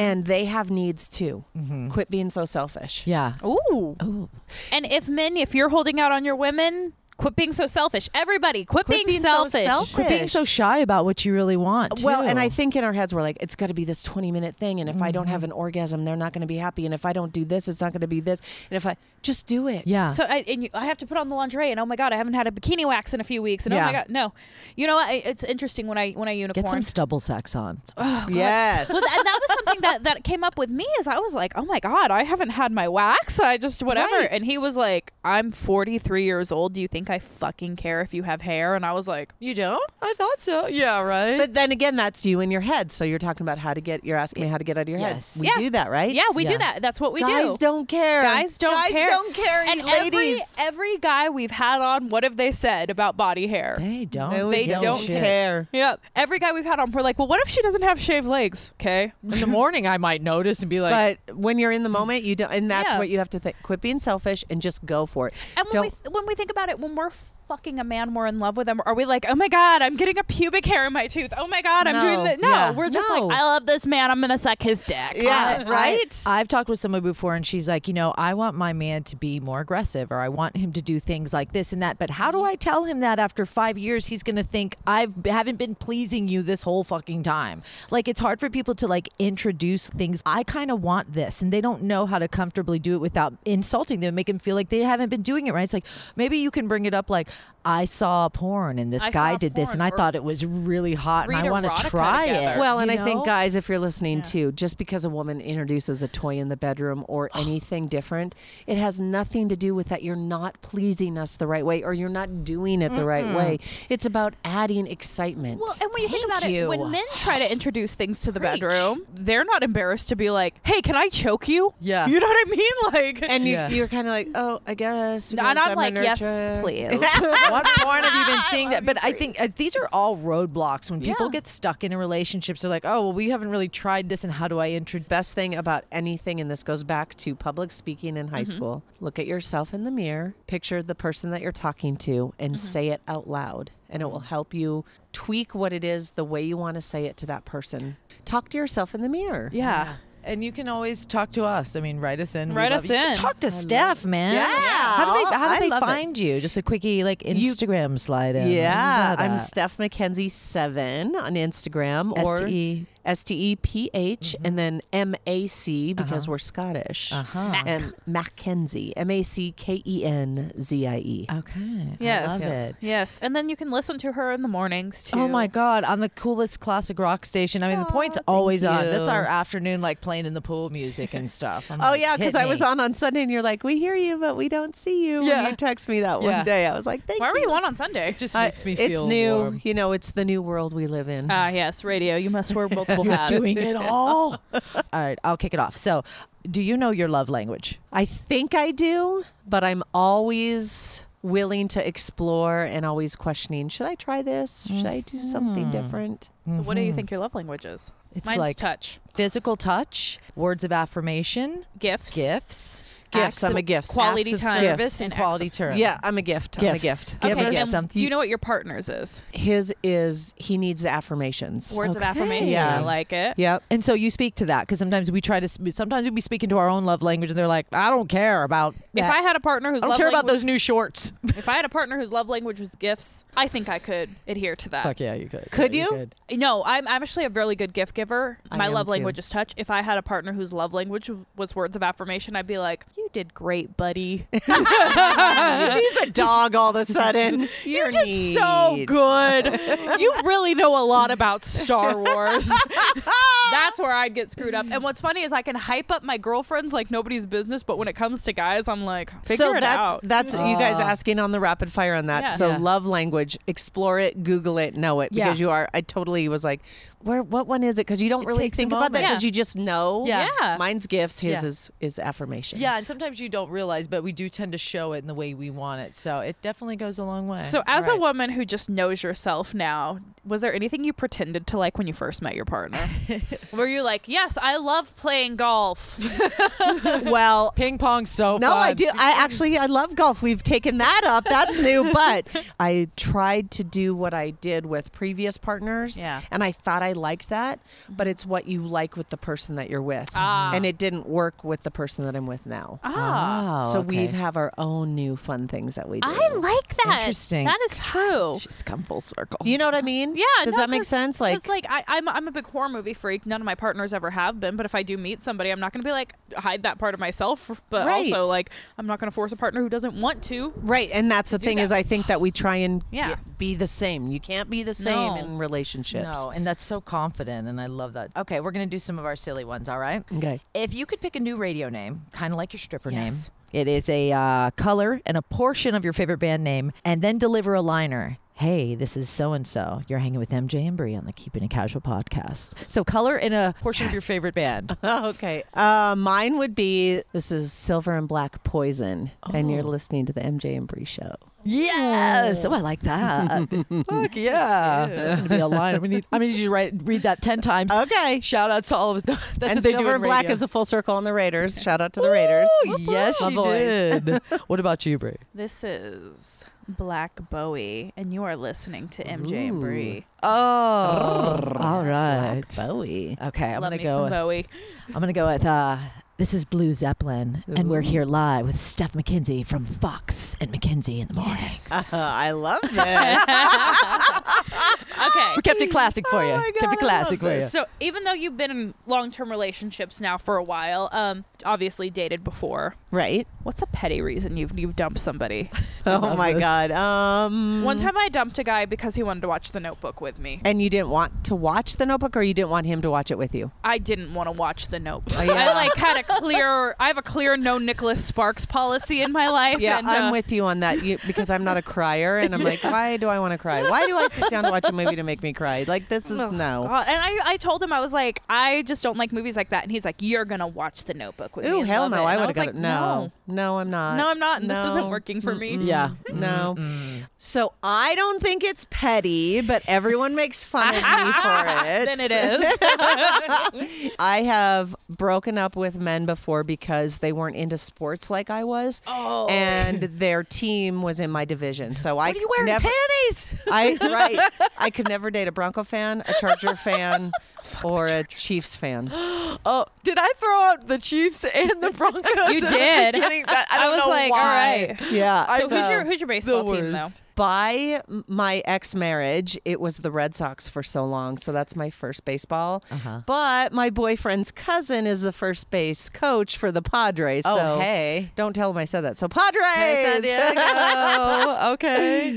Speaker 2: And they have needs too. Quit being so selfish.
Speaker 3: yeah.
Speaker 1: Ooh. And if men, if you're holding out on your women, quit being so selfish. Everybody, quit,
Speaker 2: Quit being so
Speaker 1: selfish.
Speaker 2: self-
Speaker 3: Quit being
Speaker 2: Fish.
Speaker 3: so shy about what you really want.
Speaker 2: Well, and
Speaker 3: too.
Speaker 2: I think in our heads we're like, it's got to be this twenty-minute thing, and if I don't have
Speaker 1: Mm-hmm.
Speaker 2: an orgasm, they're not going to be happy, and if I don't do this, it's not going to be this, and if I just do it,
Speaker 3: yeah.
Speaker 1: So I and you, I have to put on the lingerie, and oh my god, I haven't had a bikini wax in a few weeks, and oh
Speaker 3: Yeah.
Speaker 1: my god, no. You know, I, it's interesting when I when I unicorn.
Speaker 3: get some stubble sex on.
Speaker 2: Oh, yes,
Speaker 1: well, th- and that was something that that came up with me is I was like, oh my god, I haven't had my wax. I just whatever.
Speaker 2: Right.
Speaker 1: And he was like, I'm 43 years old. Do you think I fucking care if you have hair? And I was like,
Speaker 3: You don't? I thought so. Yeah, right.
Speaker 2: But then again, that's you in your head. So you're talking about how to get. You're asking me how to get out of your
Speaker 3: Yes.
Speaker 2: head. We
Speaker 1: Yeah.
Speaker 2: do that, right?
Speaker 1: yeah, we
Speaker 3: Yeah.
Speaker 1: do that. That's what we do.
Speaker 2: Guys don't care.
Speaker 1: Guys don't care.
Speaker 2: Guys don't care.
Speaker 1: And
Speaker 2: ladies.
Speaker 1: every every guy we've had on, what have they said about body hair?
Speaker 3: they don't.
Speaker 1: Oh, they
Speaker 3: give a
Speaker 1: don't
Speaker 3: shit.
Speaker 2: care.
Speaker 1: yeah, every guy we've had on, we're like, well, what if she doesn't have shaved legs? Okay,
Speaker 3: In the morning, I might notice and be like,
Speaker 2: but when you're in the moment, you don't, and that's
Speaker 1: Yeah.
Speaker 2: what you have to think. Quit being selfish and just go for it.
Speaker 1: And when
Speaker 2: Don't-
Speaker 1: we th- when we think about it, when we're fucking a man, we're in love with them. Are we like, oh my god, I'm getting a pubic hair in my tooth? Oh my god, I'm doing
Speaker 2: No.
Speaker 1: this. No,
Speaker 3: Yeah.
Speaker 1: we're just
Speaker 2: No.
Speaker 1: like, I love this man. I'm gonna suck his dick.
Speaker 2: yeah,
Speaker 3: I-
Speaker 2: right.
Speaker 3: I, have talked with someone before, and she's like, you know, I want my man to be more aggressive, or I want him to do things like this and that. But how
Speaker 1: Mm-hmm.
Speaker 3: do I tell him that after five years he's going to think I haven't been pleasing you this whole fucking time? Like, it's hard for people to like introduce things. I kind of want this, and they don't know how to comfortably do it without insulting them, make them feel like they haven't been doing it right. It's like maybe you can bring it up, like I saw porn and this
Speaker 1: I
Speaker 3: guy
Speaker 1: saw
Speaker 3: did this,
Speaker 1: porn,
Speaker 3: and I
Speaker 1: or
Speaker 3: thought it was really hot, and
Speaker 1: read
Speaker 3: I want
Speaker 1: erotica
Speaker 3: to try
Speaker 1: together.
Speaker 3: it.
Speaker 2: well,
Speaker 3: you
Speaker 2: and I think,
Speaker 3: know?
Speaker 2: guys, if you're listening too, just because a woman introduces a toy in the bedroom or
Speaker 1: Oh.
Speaker 2: anything different, it has nothing to do with that you're not pleasing us the right way or you're not doing it the right way. It's about adding excitement.
Speaker 1: Well, and when you think
Speaker 3: Thank
Speaker 1: about it,
Speaker 3: you.
Speaker 1: when men try to introduce things to the
Speaker 3: Preach.
Speaker 1: bedroom, they're not embarrassed to be like, "Hey, can I choke you?"
Speaker 3: Yeah.
Speaker 1: you know what I mean. Like,
Speaker 2: and you,
Speaker 3: Yeah.
Speaker 2: you're kind of like, oh, I guess.
Speaker 1: and
Speaker 2: because
Speaker 1: I'm
Speaker 2: a
Speaker 1: like, "Yes,
Speaker 2: nurturer."
Speaker 1: please."
Speaker 3: what porn have you been seeing that? But I think uh, these are all roadblocks when people
Speaker 1: Yeah.
Speaker 3: get stuck in relationships. They're like, oh, well, we haven't really tried this, and how do I introduce?
Speaker 2: best thing about anything, and this goes back to public speaking in high
Speaker 3: Mm-hmm.
Speaker 2: school look at yourself in the mirror, picture the person that you're talking to, and
Speaker 3: Mm-hmm.
Speaker 2: say it out loud. And it will help you tweak what it is the way you want to say it to that person. Talk to yourself in the mirror.
Speaker 1: yeah.
Speaker 3: And you can always talk to us. I mean, write us in. We
Speaker 1: Write
Speaker 3: love
Speaker 1: us
Speaker 3: you.
Speaker 1: in.
Speaker 3: Talk to Steph, man.
Speaker 2: Yeah.
Speaker 3: How do they? How do
Speaker 2: I
Speaker 3: they
Speaker 2: love it.
Speaker 3: find you? Just a quickie like Instagram slide in.
Speaker 2: Yeah, I'm Steph McKenzie seven on Instagram or
Speaker 3: S E. Mm-hmm.
Speaker 2: S T E P H and then M A C because we're Scottish.
Speaker 3: Uh-huh. Mac.
Speaker 2: And Mackenzie, M A C K E N Z I E.
Speaker 3: Okay.
Speaker 1: Yes.
Speaker 3: I love it.
Speaker 1: Yes. And then you can listen to her in the mornings too.
Speaker 3: Oh my God! On the coolest classic rock station. I mean, the point's always on.
Speaker 2: you.
Speaker 3: That's our afternoon, like playing in the pool music and stuff. I'm
Speaker 2: Oh
Speaker 3: like,
Speaker 2: yeah,
Speaker 3: hit
Speaker 2: because I was
Speaker 3: me.
Speaker 2: on on Sunday, and you're like, "We hear you, but we don't see you."
Speaker 3: Yeah.
Speaker 2: When you text me that
Speaker 3: Yeah.
Speaker 2: one day, I was like, "Thank
Speaker 1: Why are we
Speaker 2: you."
Speaker 1: one on Sunday? Just
Speaker 2: I-
Speaker 3: Makes me
Speaker 2: it's
Speaker 3: feel
Speaker 2: new.
Speaker 3: warm.
Speaker 2: You know, it's the new world we live in.
Speaker 1: ah yes, radio. You must wear multiple hats.
Speaker 3: doing it all. all right, I'll kick it off. So, do you know your love language?
Speaker 2: I think I do, but I'm always
Speaker 3: Mm-hmm.
Speaker 2: willing to explore and always questioning. Should I try this? Should I do something different?
Speaker 1: So, what do you think your love language is?
Speaker 3: It's
Speaker 1: Mine's
Speaker 3: like-
Speaker 1: touch,
Speaker 3: Physical touch, words of affirmation,
Speaker 1: gifts,
Speaker 3: gifts,
Speaker 2: Gifts.
Speaker 3: acts
Speaker 2: I'm a
Speaker 3: of-
Speaker 2: gift.
Speaker 1: Quality
Speaker 3: acts of
Speaker 1: time.
Speaker 3: service,
Speaker 1: Gifts.
Speaker 3: and
Speaker 1: And
Speaker 3: quality
Speaker 1: acts
Speaker 3: term.
Speaker 2: Yeah, I'm a gift. I'm a gift.
Speaker 3: Give
Speaker 1: Okay,
Speaker 3: a gift.
Speaker 1: and
Speaker 3: Something.
Speaker 1: you know what your partner's is?
Speaker 2: His is he needs the affirmations.
Speaker 1: Words of
Speaker 3: Okay.
Speaker 1: affirmation.
Speaker 2: Yeah.
Speaker 1: I like it.
Speaker 2: Yep.
Speaker 3: And so you speak to that because sometimes we try to. sp- Sometimes we be speaking to our own love language, and they're like, "I don't care about.
Speaker 1: If
Speaker 3: that.
Speaker 1: I had a partner whose
Speaker 3: I don't
Speaker 1: love
Speaker 3: care about
Speaker 1: language,
Speaker 3: those new shorts."
Speaker 1: if I had a partner whose love language was gifts, I think I could adhere to that.
Speaker 3: Fuck yeah, you could.
Speaker 2: Could
Speaker 3: Yeah,
Speaker 2: you?
Speaker 3: could.
Speaker 1: No, I'm I'm actually a really good gift giver.
Speaker 2: I
Speaker 1: My
Speaker 2: am
Speaker 1: love
Speaker 2: too.
Speaker 1: language is touch. If I had a partner whose love language was words of affirmation, I'd be like, "You did great, buddy.
Speaker 2: He's a dog all of a sudden. You're
Speaker 1: It's so good. you really know a lot about Star Wars." That's where I'd get screwed up. And what's funny is I can hype up my girlfriends like nobody's business, but when it comes to guys, I'm like, figure
Speaker 2: so
Speaker 1: it
Speaker 2: that's
Speaker 1: out.
Speaker 2: that's you guys asking on the rapid fire on that.
Speaker 1: Yeah.
Speaker 2: So
Speaker 3: Yeah.
Speaker 2: love language, explore it, Google it, know it
Speaker 3: Yeah.
Speaker 2: because you are. I totally was like, where? What one is it? Because you don't really
Speaker 3: takes a
Speaker 2: think about that
Speaker 1: moment.
Speaker 2: because
Speaker 1: Yeah.
Speaker 2: you just know.
Speaker 3: Yeah.
Speaker 1: Yeah.
Speaker 2: Mine's gifts. His
Speaker 3: Yeah.
Speaker 2: is is affirmations.
Speaker 3: Yeah, and sometimes you don't realize, but we do tend to show it in the way we want it. So it definitely goes a long way.
Speaker 1: So, as a
Speaker 3: All right.
Speaker 1: woman who just knows yourself now, was there anything you pretended to like when you first met your partner? Were you like, yes, I love playing golf?
Speaker 2: well,
Speaker 3: ping pong, so
Speaker 2: No, I
Speaker 3: fun.
Speaker 2: do. I actually I love golf. We've taken that up. That's new. But I tried to do what I did with previous partners.
Speaker 1: Yeah.
Speaker 2: And I thought I liked that, but it's what you like with the person that you're with.
Speaker 1: Ah.
Speaker 2: And it didn't work with the person that I'm with now.
Speaker 1: Ah.
Speaker 2: so we
Speaker 3: okay.
Speaker 2: have our own new fun things that we do.
Speaker 1: I like that.
Speaker 3: Interesting.
Speaker 1: That is true.
Speaker 3: She's come full circle.
Speaker 2: you know what I mean?
Speaker 1: Yeah.
Speaker 2: Does
Speaker 1: no,
Speaker 2: that make
Speaker 1: 'cause-
Speaker 2: sense?
Speaker 1: 'cause, like I, I'm, I'm a big horror movie freak. None of my partners ever have been. But if I do meet somebody, I'm not going to be like, hide that part of myself. But
Speaker 2: Right.
Speaker 1: also, like, I'm not going to force a partner who doesn't want to.
Speaker 2: Right, and that's the thing
Speaker 1: that.
Speaker 2: is, I think that we try and
Speaker 1: Yeah.
Speaker 2: get- be the same. You can't be the same
Speaker 1: No.
Speaker 2: in relationships.
Speaker 3: No, and that's so confident, and I love that. Okay, we're gonna do some of our silly ones. All right.
Speaker 2: Okay.
Speaker 3: If you could pick a new radio name, kind of like your stripper
Speaker 1: Yes.
Speaker 3: name, it is a uh, color and a portion of your favorite band name, and then deliver a liner. Hey, this is so and so. You're hanging with MJ and Brie on the Keeping It Casual podcast. So, color and a portion of your favorite band.
Speaker 2: Okay. Uh, mine would be this is Silver and Black Poison, and you're listening to the MJ and Bree show.
Speaker 3: yes. Oh, I like that. Fuck yeah. That's gonna be a line. I'm gonna need, I'm gonna need you to write, read that ten times.
Speaker 2: Okay.
Speaker 3: Shout out to all of us. That's
Speaker 2: and
Speaker 3: what they
Speaker 2: Silver
Speaker 3: do. in
Speaker 2: and Black
Speaker 3: radio.
Speaker 2: is a full circle on the Raiders. Shout out to the Raiders.
Speaker 3: Ooh, yes,
Speaker 2: My
Speaker 3: you
Speaker 2: boys.
Speaker 3: did. what about you, Brie?
Speaker 1: This is Black Bowie, and you are listening to MJ and Brie.
Speaker 3: Oh, all right.
Speaker 2: Bowie.
Speaker 3: Okay, I'm
Speaker 1: Love
Speaker 3: gonna
Speaker 1: me some
Speaker 3: go. With,
Speaker 1: Bowie.
Speaker 3: I'm gonna go with. Uh, this is Blue Zeppelin, and we're here live with Steph McKenzie from Fox and McKenzie in the morning.
Speaker 2: I love this.
Speaker 1: Okay.
Speaker 3: We kept it classic for you.
Speaker 2: my God,
Speaker 3: kept
Speaker 2: I
Speaker 3: it classic
Speaker 2: love
Speaker 3: for you.
Speaker 1: So even though you've been in long-term relationships now for a while, um, obviously dated before,
Speaker 2: right.
Speaker 1: what's a petty reason you've you've dumped somebody?
Speaker 2: Oh my
Speaker 3: this.
Speaker 2: God. Um.
Speaker 1: One time I dumped a guy because he wanted to watch The Notebook with me.
Speaker 2: And you didn't want to watch The Notebook, or you didn't want him to watch it with you.
Speaker 1: I didn't want to watch The Notebook.
Speaker 2: Oh, yeah.
Speaker 1: I like had a clear. I have a clear no Nicholas Sparks policy in my life.
Speaker 2: Yeah,
Speaker 1: and,
Speaker 2: I'm
Speaker 1: uh,
Speaker 2: with you on that you, because I'm not a crier, and I'm like, why do I want to cry? Why do I sit down to watch a movie to make me cry? Like this is no.
Speaker 1: Oh, God. uh, And I, I told him I was like, I just don't like movies like that. And he's like, You're gonna watch The Notebook with me.
Speaker 2: Ooh,
Speaker 1: and
Speaker 2: hell
Speaker 1: love
Speaker 2: no!
Speaker 1: it." And
Speaker 2: I would
Speaker 1: was
Speaker 2: have got
Speaker 1: like,
Speaker 2: it. No, no, I'm not.
Speaker 1: no, I'm not. And This
Speaker 2: No.
Speaker 1: isn't working for me.
Speaker 3: yeah.
Speaker 2: No. So I don't think it's petty, but everyone makes fun of me for it.
Speaker 1: Then it is.
Speaker 2: I have broken up with men before because they weren't into sports like I was,
Speaker 1: Oh.
Speaker 2: and their team was in my division. So I
Speaker 3: What are you wearing?
Speaker 2: never,
Speaker 3: Panties.
Speaker 2: I right. I could never date a Bronco fan, a Charger fan, or a Chiefs fan.
Speaker 3: Oh, did I throw out the Chiefs and the Broncos?
Speaker 1: You
Speaker 3: at the
Speaker 1: did.
Speaker 3: beginning? That- I,
Speaker 1: I
Speaker 3: don't
Speaker 1: was
Speaker 3: know
Speaker 1: like,
Speaker 3: why.
Speaker 1: all right.
Speaker 2: Yeah.
Speaker 3: I
Speaker 1: So who's
Speaker 3: know.
Speaker 1: your who's your baseball team though?
Speaker 3: worst.
Speaker 2: by m- my ex marriage, it was the Red Sox for so long. So that's my first baseball. But my boyfriend's cousin is the first base coach for the Padres.
Speaker 3: Oh,
Speaker 2: so
Speaker 3: hey.
Speaker 2: Don't tell him I said that. So Padres.
Speaker 3: Hey, San Diego.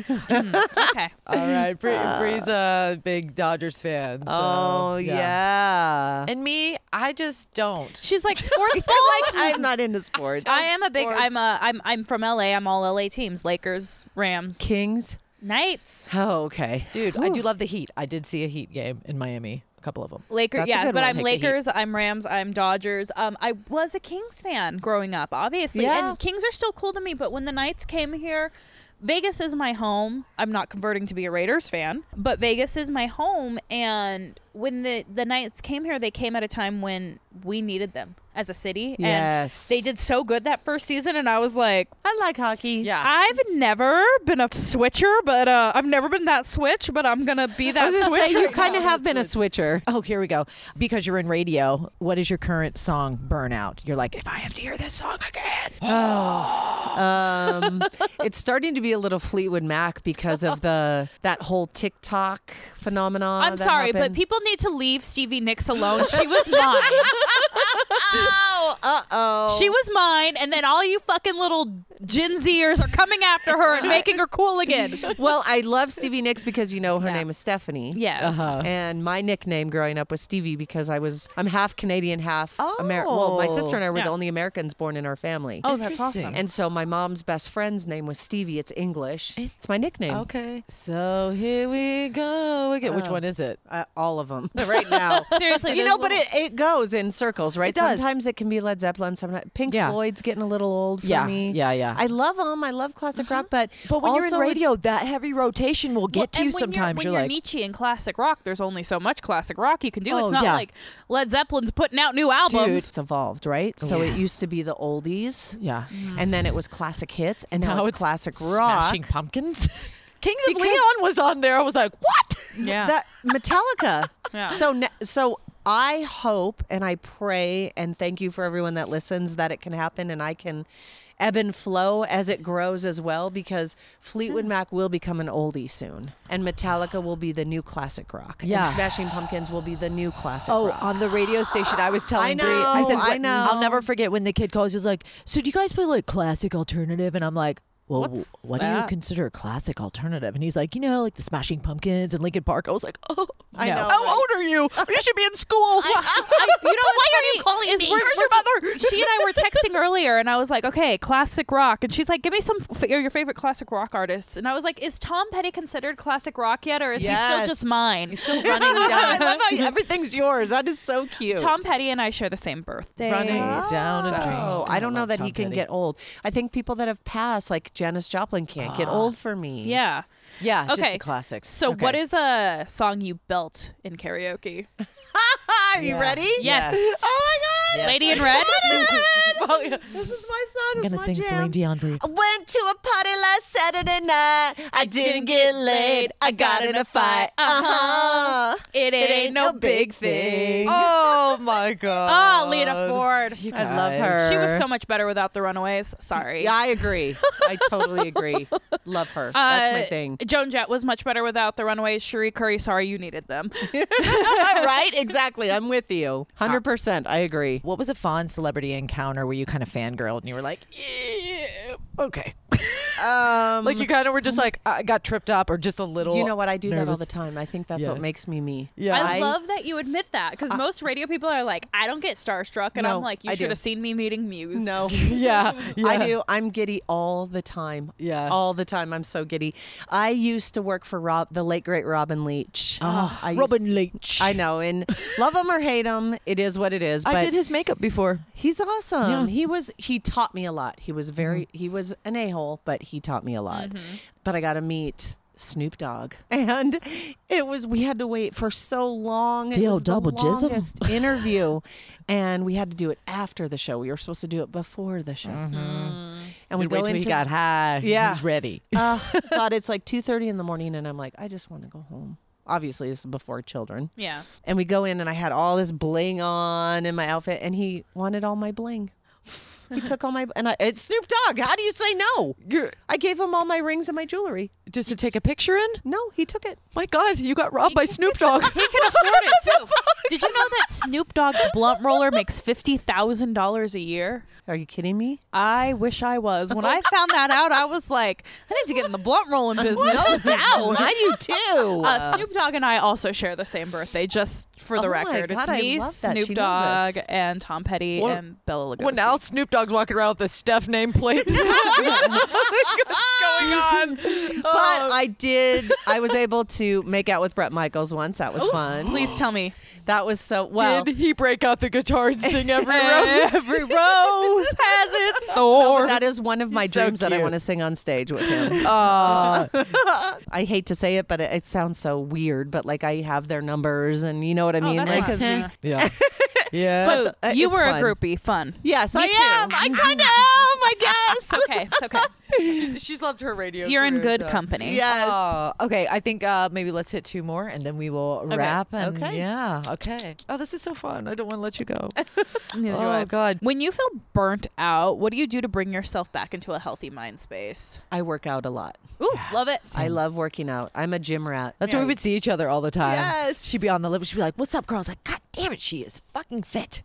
Speaker 3: okay.
Speaker 1: Okay.
Speaker 3: All right. Bree, Bree's a big Dodgers fan. So,
Speaker 2: Uh, Oh, yeah.
Speaker 3: And me, I just don't.
Speaker 1: She's like sports ball.
Speaker 2: I'm like, I'm not into sports.
Speaker 1: I am a big
Speaker 3: Sports.
Speaker 1: I'm a I'm I'm from LA. I'm all LA teams. Lakers, Rams,
Speaker 2: Kings.
Speaker 1: Knights.
Speaker 2: Oh, okay.
Speaker 3: Dude, I do love the Heat. I did see a Heat game in Miami, a couple of them.
Speaker 1: Lakers,
Speaker 2: That's a
Speaker 1: yeah,
Speaker 2: good
Speaker 1: but
Speaker 2: one.
Speaker 1: I'm
Speaker 3: Take the heat.
Speaker 1: Lakers, I'm Rams, I'm Dodgers. Um, I was a Kings fan growing up, obviously,
Speaker 2: Yeah.
Speaker 1: and Kings are still cool to me. But when the Knights came here, Vegas is my home. I'm not converting to be a Raiders fan, but Vegas is my home. And when the the Knights came here, they came at a time when we needed them as a city.
Speaker 2: Yes.
Speaker 1: And they did so good that first season, and I was like,
Speaker 2: I like hockey.
Speaker 3: Yeah.
Speaker 1: I've never been a switcher, but uh, I've never been that switch. But I'm gonna be
Speaker 2: I
Speaker 1: that
Speaker 2: was gonna
Speaker 1: switcher.
Speaker 2: say you kind of have been a switcher.
Speaker 3: Oh, here we go. Because you're in radio, what is your current song, Burnout? You're like, if I have to hear this song again.
Speaker 2: Um, it's starting to be a little Fleetwood Mac because of the that whole TikTok phenomenon.
Speaker 1: I'm
Speaker 2: that
Speaker 1: sorry, but
Speaker 2: happened.
Speaker 1: people need to leave Stevie Nicks alone. She was mine.
Speaker 2: Uh oh.
Speaker 1: she was mine, and then all you fucking little Gen Zers are coming after her and making her cool again.
Speaker 2: Well, I love Stevie Nicks because you know her
Speaker 3: Yeah.
Speaker 2: name is Stephanie.
Speaker 1: Yes.
Speaker 3: Uh-huh.
Speaker 2: And my nickname growing up was Stevie because I was I'm half Canadian, half American. Well, my
Speaker 3: Oh.
Speaker 2: sister and I were the
Speaker 1: Yeah.
Speaker 2: only Americans born in our family.
Speaker 1: Oh, that's
Speaker 3: Interesting.
Speaker 1: awesome.
Speaker 2: And so my mom's best friend's name was Stevie. It's English. It's my nickname.
Speaker 3: Okay. So here we go again. Which one is it?
Speaker 2: Uh, all of them right now.
Speaker 1: Seriously,
Speaker 2: you
Speaker 1: those
Speaker 2: know, but
Speaker 1: little-
Speaker 2: it, it goes in circles, right?
Speaker 3: It does.
Speaker 2: Sometimes it can be Led Zeppelin. Sometimes Pink
Speaker 3: Yeah.
Speaker 2: Floyd's getting a little old for
Speaker 3: Yeah,
Speaker 2: me.
Speaker 3: yeah, yeah.
Speaker 2: I love them. I love classic rock, but
Speaker 3: But when you're
Speaker 2: also
Speaker 3: in
Speaker 2: it's-
Speaker 3: radio, that heavy rotation will get to
Speaker 1: and
Speaker 3: you
Speaker 1: when
Speaker 3: sometimes.
Speaker 1: You're, when
Speaker 3: You're, like,
Speaker 1: you're Nietzsche in classic rock, there's only so much classic rock you can do.
Speaker 3: Oh,
Speaker 1: it's not
Speaker 3: yeah.
Speaker 1: like Led Zeppelin's putting out new albums.
Speaker 2: it's evolved, right? So
Speaker 3: Yes.
Speaker 2: it used to be the oldies,
Speaker 3: yeah.
Speaker 2: and then it was classic hits, and now, it's, classic rock.
Speaker 3: Smashing Pumpkins. Kings of
Speaker 2: Because-
Speaker 3: Leon was on there. I was like, what?
Speaker 1: Yeah.
Speaker 2: That Metallica.
Speaker 1: Yeah.
Speaker 2: So ne- so I hope and I pray and thank you for everyone that listens that it can happen and I can ebb and flow as it grows as well because Fleetwood
Speaker 1: Hmm.
Speaker 2: Mac will become an oldie soon and Metallica will be the new classic rock. and
Speaker 3: Yeah.
Speaker 2: Smashing Pumpkins will be the new classic
Speaker 3: Oh,
Speaker 2: rock.
Speaker 3: on the radio station, I was telling
Speaker 2: know,
Speaker 3: Bree. I said,
Speaker 2: I
Speaker 3: "What-
Speaker 2: know.
Speaker 3: I'll never forget when the kid calls. He's like, "So do you guys play like classic alternative?" And I'm like, "Well,
Speaker 1: What's
Speaker 3: wh- what do you
Speaker 1: that?"
Speaker 3: consider classic alternative?" And he's like, "You know, like the Smashing Pumpkins and Linkin Park." I was like, "Oh,
Speaker 2: I know.
Speaker 3: How
Speaker 2: right?
Speaker 3: old are you? You should be in school."
Speaker 1: you know what's
Speaker 3: Why are
Speaker 1: funny
Speaker 3: you calling
Speaker 1: is
Speaker 3: me?
Speaker 1: we're-
Speaker 3: Where's
Speaker 1: we're
Speaker 3: your
Speaker 1: t-
Speaker 3: mother?
Speaker 1: she and I were texting earlier, and I was like, "Okay, classic rock," and she's like, "Give me some f- your favorite classic rock artists." And I was like, "Is Tom Petty considered classic rock yet, or is he
Speaker 2: Yes.
Speaker 1: still just mine?"
Speaker 3: running
Speaker 2: I
Speaker 3: down,
Speaker 2: love how everything's yours. That is so cute.
Speaker 1: Tom Petty and I share the same birthday.
Speaker 3: running down a dream.
Speaker 2: Oh, I don't know
Speaker 3: love
Speaker 2: that
Speaker 3: Tom
Speaker 2: he can
Speaker 3: Petty.
Speaker 2: get old. I think people that have passed, like Janis Joplin, can't get old for me.
Speaker 1: Ah. Yeah.
Speaker 3: Yeah, just
Speaker 1: Okay.
Speaker 3: the classics.
Speaker 1: So,
Speaker 3: Okay.
Speaker 1: what is a song you belt in karaoke?
Speaker 2: Are you
Speaker 3: Yeah.
Speaker 2: ready?
Speaker 1: Yes.
Speaker 2: Oh my God.
Speaker 1: Lady in Red.
Speaker 3: Oh, yeah.
Speaker 2: This is my song.
Speaker 3: I'm
Speaker 2: it's
Speaker 3: gonna
Speaker 2: my
Speaker 3: sing
Speaker 2: jam.
Speaker 3: Celine Dion. Bree.
Speaker 2: I went to a party last Saturday night. I didn't get laid. I got in a fight. Uh huh.
Speaker 1: Uh-huh. It ain't, no big thing.
Speaker 3: Oh my god.
Speaker 1: Oh, Lita Ford.
Speaker 3: You
Speaker 2: I love
Speaker 3: guys.
Speaker 2: her.
Speaker 1: She was so much better without the Runaways. Sorry.
Speaker 2: Yeah, I agree. I totally agree. Love her. That's my
Speaker 1: Uh,
Speaker 2: thing.
Speaker 1: Joan Jett was much better without the Runaways. Sheree Curry, sorry you needed them.
Speaker 2: right? Exactly. I'm with you. 100%. I agree.
Speaker 3: What was a fond celebrity encounter where you kind of fangirled and you were like, "Yeah, okay.
Speaker 2: Mm-hmm. Um,
Speaker 3: Like you kind of were just like, I got tripped up or just a little.
Speaker 2: you know what? I do that all
Speaker 3: nervous.
Speaker 2: the time. I think that's
Speaker 3: Yeah.
Speaker 2: what makes me me.
Speaker 3: Yeah.
Speaker 1: I, Uh,
Speaker 2: I-
Speaker 1: love that you admit that because most radio people are like, I don't get starstruck, and
Speaker 2: No,
Speaker 1: I'm like,
Speaker 2: I
Speaker 1: you
Speaker 2: do.
Speaker 1: should have seen me meeting Muse.
Speaker 2: No.
Speaker 3: Yeah, yeah.
Speaker 2: I do. I'm giddy all the time.
Speaker 3: Yeah.
Speaker 2: All the time. I'm so giddy. I used to work for Rob, the late great Robin Leach.
Speaker 3: Ah,
Speaker 2: I used-
Speaker 3: Robin Leach.
Speaker 2: I know. And love him or hate him, it is what it is. But
Speaker 3: I did his makeup before.
Speaker 2: he's awesome.
Speaker 3: Yeah. Mm-hmm.
Speaker 2: He was, he taught me a lot. He was very, he was an a hole, but he taught me a lot. But I got to meet. Snoop Dogg, and it was we had to wait for so long. It
Speaker 3: Deal
Speaker 2: was the
Speaker 3: double jizzle.
Speaker 2: longest interview, and we had to do it after the show. We were supposed to do it before the show,
Speaker 3: Mm-hmm.
Speaker 2: Mm-hmm. and we
Speaker 3: Wait
Speaker 2: go
Speaker 3: till he
Speaker 2: into
Speaker 3: got high.
Speaker 2: Yeah.
Speaker 3: He's ready.
Speaker 2: uh, God, it's like two thirty in the morning, and I'm like, I just want to go home. Obviously, this is before children.
Speaker 1: Yeah.
Speaker 2: And we go in, and I had all this bling on in my outfit, and he wanted all my bling. He took all my and I, it's Snoop Dogg. How do you say no?
Speaker 3: You're-
Speaker 2: I gave him all my rings and my jewelry.
Speaker 3: just to take a picture in?
Speaker 2: No, he took it.
Speaker 3: My God, you got robbed by Snoop Dogg.
Speaker 1: He can afford it too. Did you know that Snoop Dogg's blunt roller makes fifty thousand dollars a year?
Speaker 2: Are you kidding me?
Speaker 1: I wish I was. When I found that out, I was like, I need to get in the blunt rolling business.
Speaker 2: No doubt, I do too.
Speaker 1: Uh, Snoop Dogg and I also share the same birthday, just for the
Speaker 2: Oh my
Speaker 1: record.
Speaker 2: God,
Speaker 1: it's
Speaker 2: I
Speaker 1: me,
Speaker 2: love that. She
Speaker 1: Snoop
Speaker 2: knows us.
Speaker 1: Dogg, and Tom Petty
Speaker 3: Well,
Speaker 1: and Bella Lugosi.
Speaker 3: Well, now Snoop Dogg's walking around with the Steph nameplate. What's going on?
Speaker 2: but But I did. I was able to make out with Brett Michaels once. That was fun.
Speaker 1: Please tell me.
Speaker 2: That was so well.
Speaker 3: Did he break out the guitar and sing every row?
Speaker 1: Every rose has its
Speaker 2: Oh,
Speaker 1: thorn.
Speaker 2: but that is one of my
Speaker 3: so
Speaker 2: dreams that I
Speaker 3: cute. Oh.
Speaker 2: want to sing on stage with him.
Speaker 3: uh,
Speaker 2: I hate to say it, but it, it sounds so weird. But like, I have their numbers, and you know what I mean.
Speaker 1: that's
Speaker 2: like,
Speaker 1: fun.
Speaker 2: 'cause we-
Speaker 1: Yeah.
Speaker 3: yeah. Yeah.
Speaker 1: So
Speaker 2: the- uh,
Speaker 1: you
Speaker 2: it's
Speaker 1: were
Speaker 2: fun.
Speaker 1: a groupie. Fun.
Speaker 2: yes, I
Speaker 1: Yeah,
Speaker 2: am. I kind of am. I guess.
Speaker 1: Okay, it's okay.
Speaker 3: she's, she's loved her radio.
Speaker 1: You're in
Speaker 3: career,
Speaker 1: good
Speaker 3: so.
Speaker 1: company.
Speaker 2: Yes.
Speaker 3: Oh, okay. I think uh, maybe let's hit two more and then we will wrap. And
Speaker 2: Okay.
Speaker 3: Yeah. Okay. Oh, this is so fun. I don't want to let you go.
Speaker 1: Neither do
Speaker 3: Oh,
Speaker 1: I.
Speaker 3: God.
Speaker 1: When you feel burnt out, what do you do to bring yourself back into a healthy mind space?
Speaker 2: I work out a lot.
Speaker 1: Ooh, love it.
Speaker 2: I love working out. I'm a gym rat.
Speaker 3: That's where we would see each other all the time.
Speaker 2: Yes.
Speaker 3: She'd be on the lift. She'd be like, "What's up, girl?" I was like, "God damn it, she is fucking fit."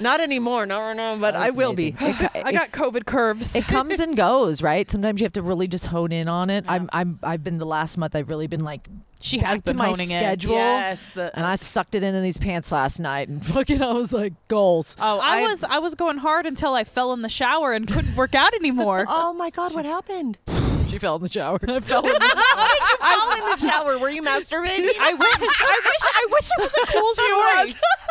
Speaker 2: Not anymore. No, no, no. But I will be.
Speaker 3: It, co-
Speaker 1: I
Speaker 3: it-
Speaker 1: got COVID curves.
Speaker 3: it comes and goes, right? Sometimes you have to really just hone in on it. I'm, I'm, I've been the last month. I've really been like
Speaker 1: She
Speaker 3: back
Speaker 1: has been
Speaker 3: to my
Speaker 1: honing it.
Speaker 3: schedule.
Speaker 2: Yes, the-
Speaker 3: and I sucked it into these pants last night, and fucking, I was like, goals.
Speaker 2: Oh,
Speaker 1: I was I was going hard until I fell in the shower and couldn't work out anymore.
Speaker 2: Oh my God! What happened?
Speaker 3: she fell in the shower.
Speaker 2: How did you fall in the shower? Were you masturbating?
Speaker 1: I wish I wish I wish it was a cool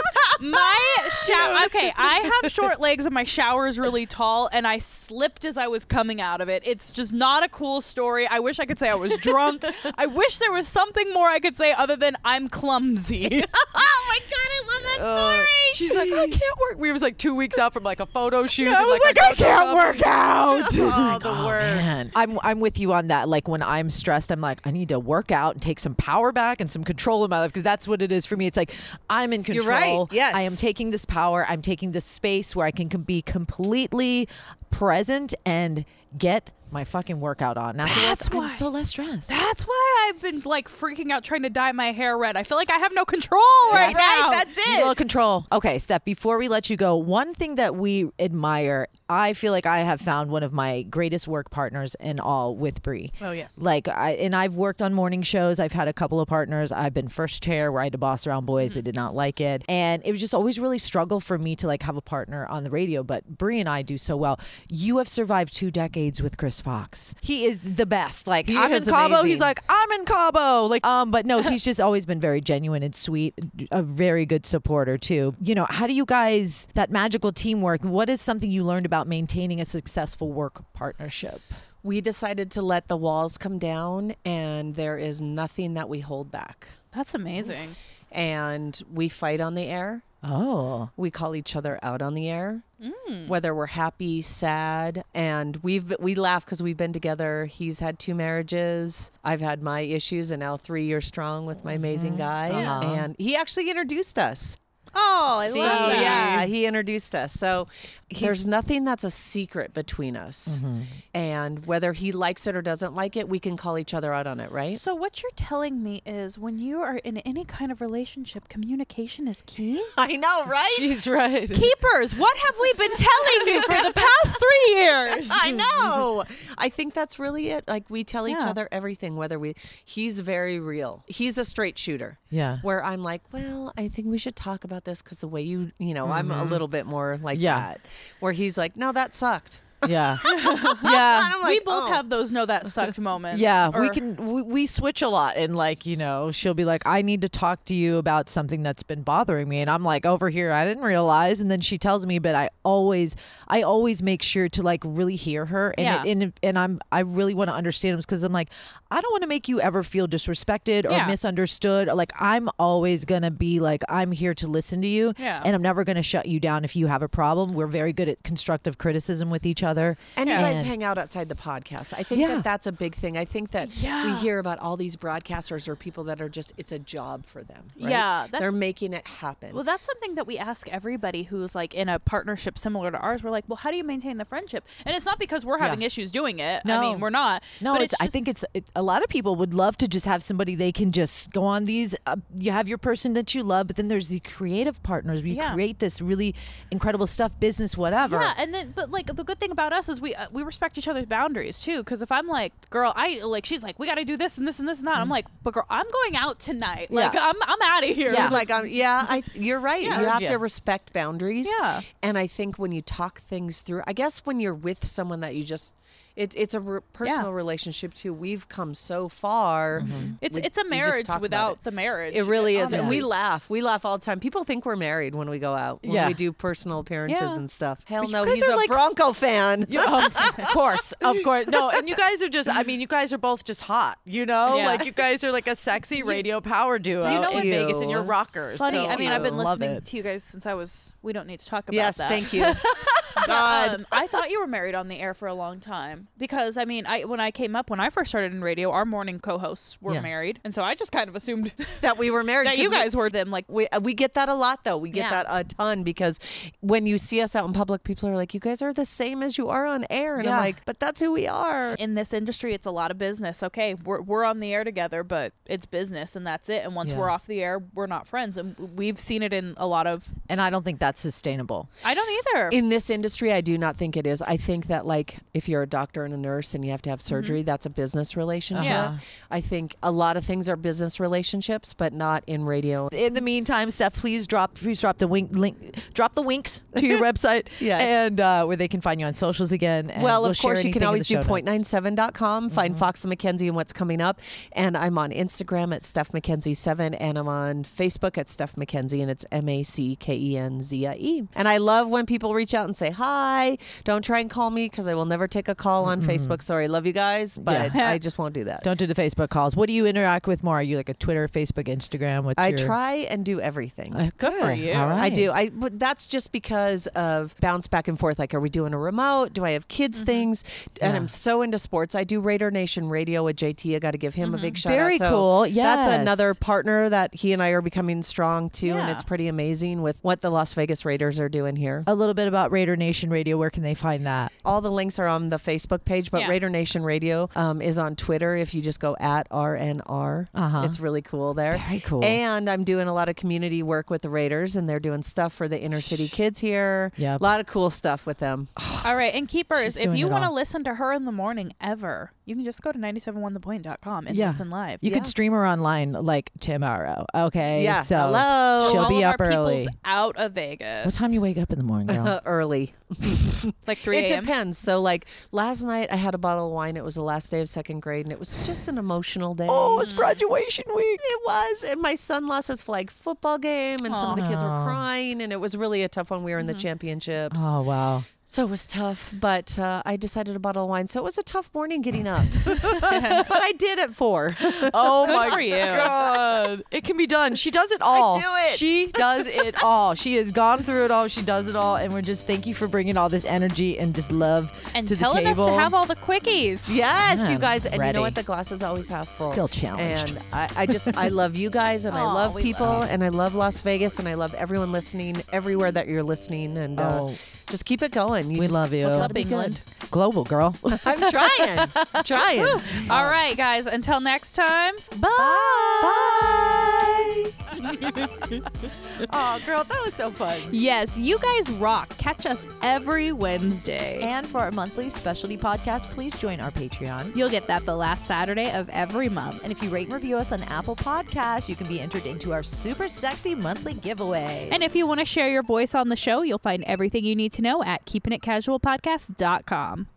Speaker 1: story. my shower. Okay, I have short legs and my shower is really tall, and I slipped as I was coming out of it. It's just not a cool story. I wish I could say I was drunk. I wish there was something more I could say other than I'm clumsy. Oh,
Speaker 2: oh my God! I love that
Speaker 3: Uh, She's like, I can't work. We was like two weeks out from like a photo shoot.
Speaker 1: I
Speaker 3: and,
Speaker 1: was like, I
Speaker 3: don't
Speaker 1: can't
Speaker 3: know
Speaker 1: work out.
Speaker 2: Oh, the worst.
Speaker 3: Man, I'm I'm with you on that. Like when I'm stressed, I'm like, I need to work out and take some power back and some control in my life because that's what it is for me. It's like I'm in
Speaker 2: You're
Speaker 3: control.
Speaker 2: right. Yes.
Speaker 3: I am taking this power. I'm taking this space where I can com- be completely present and get my fucking workout on. And afterwards,
Speaker 1: That's why-
Speaker 3: I'm so less stressed.
Speaker 1: That's why I've been like freaking out trying to dye my hair red. I feel like I have no control right now.
Speaker 3: You will control. Okay, Steph, before we let you go, one thing that we admire, I feel like I have found one of my greatest work partners in all with Bree.
Speaker 1: Oh, yes.
Speaker 3: Like I and I've worked on morning shows. I've had a couple of partners. I've been first chair where I had to boss around boys. They did not like it. And it was just always really struggle for me to like have a partner on the radio, but Bree and I do so well. You have survived two decades with Chris Fox. He is the best. Like I'm in
Speaker 2: is
Speaker 3: Cabo, he's
Speaker 2: amazing.
Speaker 3: like I'm in Cabo. Like, um, but no, he's just always been very genuine and sweet, a very good supporter too. You know, how do you guys that magical teamwork? What is something you learned about maintaining a successful work partnership?
Speaker 2: We decided to let the walls come down, and there is nothing that we hold back.
Speaker 1: That's amazing.
Speaker 2: And we fight on the air.
Speaker 3: Oh,
Speaker 2: We call each other out on the air, whether we're happy, sad, and we've we laugh because we've been together. He's had two marriages. I've had my issues, and now three years strong with my amazing guy.
Speaker 3: Uh-huh.
Speaker 2: And he actually introduced us.
Speaker 1: Oh, I
Speaker 2: So
Speaker 1: love that.
Speaker 2: yeah, he introduced us. So there's nothing that's a secret between us. And whether he likes it or doesn't like it, we can call each other out on it, right?
Speaker 1: So what you're telling me is when you are in any kind of relationship, communication is key?
Speaker 2: I know, right?
Speaker 3: she's right.
Speaker 1: Keepers, what have we been telling you for the past three years?
Speaker 2: I know. I think that's really it. Like we tell each
Speaker 1: Yeah.
Speaker 2: other everything whether we he's very real. He's a straight shooter.
Speaker 3: Yeah.
Speaker 2: Where I'm like, "Well, I think we should talk about this cuz the way you, you know, I'm
Speaker 1: Mm-hmm.
Speaker 2: a little bit more like
Speaker 3: Yeah.
Speaker 2: that." Where he's like, "No, that sucked."
Speaker 3: Yeah, yeah.
Speaker 2: And I'm
Speaker 1: Uh, we
Speaker 2: like,
Speaker 1: both
Speaker 2: "Oh."
Speaker 1: have those no that sucked moments.
Speaker 3: Yeah, we
Speaker 1: Or-
Speaker 3: can we, we switch a lot and like you know she'll be like I need to talk to you about something that's been bothering me and I'm like over here I didn't realize and then she tells me but I always I always make sure to like really hear her and
Speaker 1: Yeah.
Speaker 3: it, and and I'm I really want to understand them because I'm like I don't want to make you ever feel disrespected or
Speaker 1: Yeah.
Speaker 3: misunderstood or like I'm always gonna be like I'm here to listen to you
Speaker 1: Yeah.
Speaker 3: and I'm never gonna shut you down if you have a problem we're very good at constructive criticism with each other
Speaker 2: And you guys
Speaker 3: And-
Speaker 2: hang out outside the podcast. I think
Speaker 3: Yeah.
Speaker 2: that that's a big thing. I think that we
Speaker 1: Yeah.
Speaker 2: hear about all these broadcasters or people that are just, it's a job for them. right?
Speaker 1: Yeah,
Speaker 2: They're
Speaker 1: that's-
Speaker 2: making it happen.
Speaker 1: Well, that's something that we ask everybody who's like in a partnership similar to ours. We're like, well, how do you maintain the friendship? And it's not because we're having issues doing it.
Speaker 3: No.
Speaker 1: I mean, we're not.
Speaker 3: No,
Speaker 1: but
Speaker 3: it's, I
Speaker 1: just-
Speaker 3: think it's it, a lot of people would love to just have somebody they can just go on these. Uh, you have your person that you love, but then there's the creative partners. where You
Speaker 1: Yeah.
Speaker 3: create this really incredible stuff, business, whatever.
Speaker 1: Yeah, and then but like the good thing about us is we uh, we respect each other's boundaries too. Because if I'm like, girl, I like she's like, we got to do this and this and this and
Speaker 2: Mm.
Speaker 1: that. I'm like, but girl, I'm going out tonight. Like
Speaker 3: Yeah.
Speaker 1: I'm I'm out of here.
Speaker 3: Yeah.
Speaker 2: like um, yeah I, you're right you have
Speaker 3: Yeah.
Speaker 2: to respect boundaries
Speaker 1: Yeah.
Speaker 2: and i think when you talk things through i guess when you're with someone that you just it, it's a re- personal relationship too. We've come so far.
Speaker 1: Mm-hmm. It's
Speaker 2: We-
Speaker 1: it's a
Speaker 2: we just
Speaker 1: marriage
Speaker 2: talk about
Speaker 1: without
Speaker 2: it.
Speaker 1: the marriage.
Speaker 2: It really is. And
Speaker 1: honestly.
Speaker 2: we laugh. We laugh all the time. People think we're married when we go out, when
Speaker 3: Yeah.
Speaker 2: we do personal appearances
Speaker 1: Yeah.
Speaker 2: and stuff. Hell
Speaker 3: you
Speaker 2: no,
Speaker 3: guys
Speaker 2: he's
Speaker 3: are
Speaker 2: a
Speaker 3: like s-
Speaker 2: Bronco fan.
Speaker 3: You- of course, of course. No, and you guys are just, I mean, you guys are both just hot, you know?
Speaker 1: Yeah.
Speaker 3: Like, you guys are like a sexy radio power duo
Speaker 2: know
Speaker 3: in
Speaker 2: what-
Speaker 3: Vegas, and
Speaker 2: Ew.
Speaker 3: you're rockers.
Speaker 1: funny.
Speaker 3: so
Speaker 1: I mean, I've been
Speaker 3: love
Speaker 1: listening
Speaker 3: it.
Speaker 1: to you guys since I was. We don't need to talk about
Speaker 2: yes,
Speaker 1: that.
Speaker 2: thank you. God.
Speaker 1: Um, I thought you were married on the air for a long time because I mean, I when I came up when I first started in radio, our morning co-hosts were
Speaker 3: Yeah.
Speaker 1: married, and so I just kind of assumed
Speaker 2: that we were married.
Speaker 1: that you
Speaker 2: 'cause we-
Speaker 1: guys were them. Like,
Speaker 2: We, uh, we get that a lot though. We get
Speaker 1: Yeah.
Speaker 2: that a ton because when you see us out in public, people are like, "You guys are the same as you are on air," and
Speaker 3: Yeah.
Speaker 2: I'm like, "But that's who we are."
Speaker 1: in this industry, it's a lot of business. Okay, we're we're on the air together, but it's business, and that's it. And once
Speaker 3: Yeah.
Speaker 1: we're off the air, we're not friends, and we've seen it in a lot of.
Speaker 3: And I don't think that's sustainable.
Speaker 1: I don't either.
Speaker 2: In this industry, I do not think it is. I think that like if you're a doctor and a nurse and you have to
Speaker 3: Mm-hmm.
Speaker 2: have surgery, that's a business relationship.
Speaker 3: Yeah.
Speaker 2: I think a lot of things are business relationships, but not in radio.
Speaker 3: In the meantime, Steph, please drop please drop the wink link drop the winks to your website
Speaker 2: Yes.
Speaker 3: and uh, where they can find you on socials again. and
Speaker 2: Well,
Speaker 3: we'll
Speaker 2: of
Speaker 3: share
Speaker 2: course, you
Speaker 3: anything
Speaker 2: can
Speaker 3: in
Speaker 2: always
Speaker 3: the
Speaker 2: do
Speaker 3: show notes. Mm-hmm.
Speaker 2: 0.97.com, find Fox and McKenzie and what's coming up. And I'm on Instagram at Steph McKenzie7, and I'm on Facebook at Steph McKenzie, and it's M A C K E N Z I E. And I love when people reach out and say hi. Don't try and call me because I will never take a call on Facebook. Sorry, love you guys, but
Speaker 1: Yeah.
Speaker 2: I just won't do that.
Speaker 3: Don't do the Facebook calls. What do you interact with more? Are you like a Twitter, Facebook, Instagram? What's
Speaker 2: I
Speaker 3: your...
Speaker 2: try and do everything.
Speaker 3: Uh,
Speaker 1: Good for you.
Speaker 3: All right.
Speaker 2: I do. I but that's just because of bounce back and forth. Like, are we doing a remote? Do I have kids things? And
Speaker 3: Mm-hmm. Yeah.
Speaker 2: I'm so into sports. I do Raider Nation Radio with JT. I got to give him a big shout
Speaker 3: Mm-hmm. Very
Speaker 2: out. So
Speaker 3: cool. Yes.
Speaker 2: that's another partner that he and I are becoming strong too, and
Speaker 1: Yeah.
Speaker 2: it's pretty amazing with what the Las Vegas Raiders are doing here.
Speaker 3: A little bit about Raider Nation Radio. Where can they find that?
Speaker 2: All the links are on the Facebook page, but
Speaker 1: Yeah.
Speaker 2: Raider Nation Radio um, is on Twitter. If you just go at RNR,
Speaker 3: Uh-huh.
Speaker 2: it's really cool there.
Speaker 3: Very cool.
Speaker 2: And I'm doing a lot of community work with the Raiders, and they're doing stuff for the inner city kids here.
Speaker 3: Yep.
Speaker 2: a lot of cool stuff with them.
Speaker 1: All right, and keepers,
Speaker 3: She's
Speaker 1: if
Speaker 3: doing
Speaker 1: you
Speaker 3: it
Speaker 1: want to
Speaker 3: all.
Speaker 1: listen to her in the morning ever, you can just go to 971thepoint.com and
Speaker 3: Yeah.
Speaker 1: listen live.
Speaker 3: You can stream her online like tomorrow. Okay.
Speaker 2: Yeah.
Speaker 3: So
Speaker 2: Hello.
Speaker 3: She'll
Speaker 1: all
Speaker 3: be
Speaker 1: of
Speaker 3: up
Speaker 1: our
Speaker 3: early.
Speaker 1: people's out of Vegas.
Speaker 3: What time you wake up in the morning, girl?
Speaker 2: Uh, early.
Speaker 1: Like 3
Speaker 2: It
Speaker 1: a.m.
Speaker 2: depends. So, like last night, I had a bottle of wine. It was the last day of second grade, and it was just an emotional day.
Speaker 3: Oh, it's graduation week.
Speaker 2: It was, and my son lost his flag football game, and some of the kids were crying, and it was really a tough one. We were in the championships,
Speaker 3: Oh wow.
Speaker 2: so it was tough. But uh, I decided a bottle of wine, so it was a tough morning getting up. but I did at four.
Speaker 3: Oh my
Speaker 1: for you.
Speaker 3: god. It can be done. She does it all.
Speaker 2: do it.
Speaker 3: She does it all. She has gone through it all. She does it all. And we're just thank you for bringing all this energy and just love
Speaker 1: And
Speaker 3: to the
Speaker 1: telling us
Speaker 3: table.
Speaker 1: to have all the quickies.
Speaker 2: Yes, you
Speaker 3: I'm
Speaker 2: guys, and you
Speaker 3: ready.
Speaker 2: know what? The glass is always half full.
Speaker 3: Feel challenged.
Speaker 2: And I, I just, I love you guys, and I
Speaker 1: Aw,
Speaker 2: love
Speaker 1: we
Speaker 2: people,
Speaker 1: love
Speaker 2: and I love Las Vegas, and I love everyone listening everywhere that you're listening, and uh,
Speaker 3: Oh.
Speaker 2: just keep it going. You
Speaker 3: we
Speaker 2: just-
Speaker 3: love you.
Speaker 1: What's up, England?
Speaker 3: Global girl.
Speaker 2: I'm trying, I'm trying.
Speaker 1: All right, guys. Until next time.
Speaker 2: Bye.
Speaker 3: oh girl, that was so fun.
Speaker 1: Yes, you guys rock. Catch us every Wednesday.
Speaker 3: And for our monthly specialty podcast, please join our Patreon.
Speaker 1: You'll get that the last Saturday of every month.
Speaker 3: And if you rate and review us on Apple Podcasts, you can be entered into our super sexy monthly giveaway.
Speaker 1: And if you want to share your voice on the show, you'll find everything you need to know at keepingitcasualpodcast.com.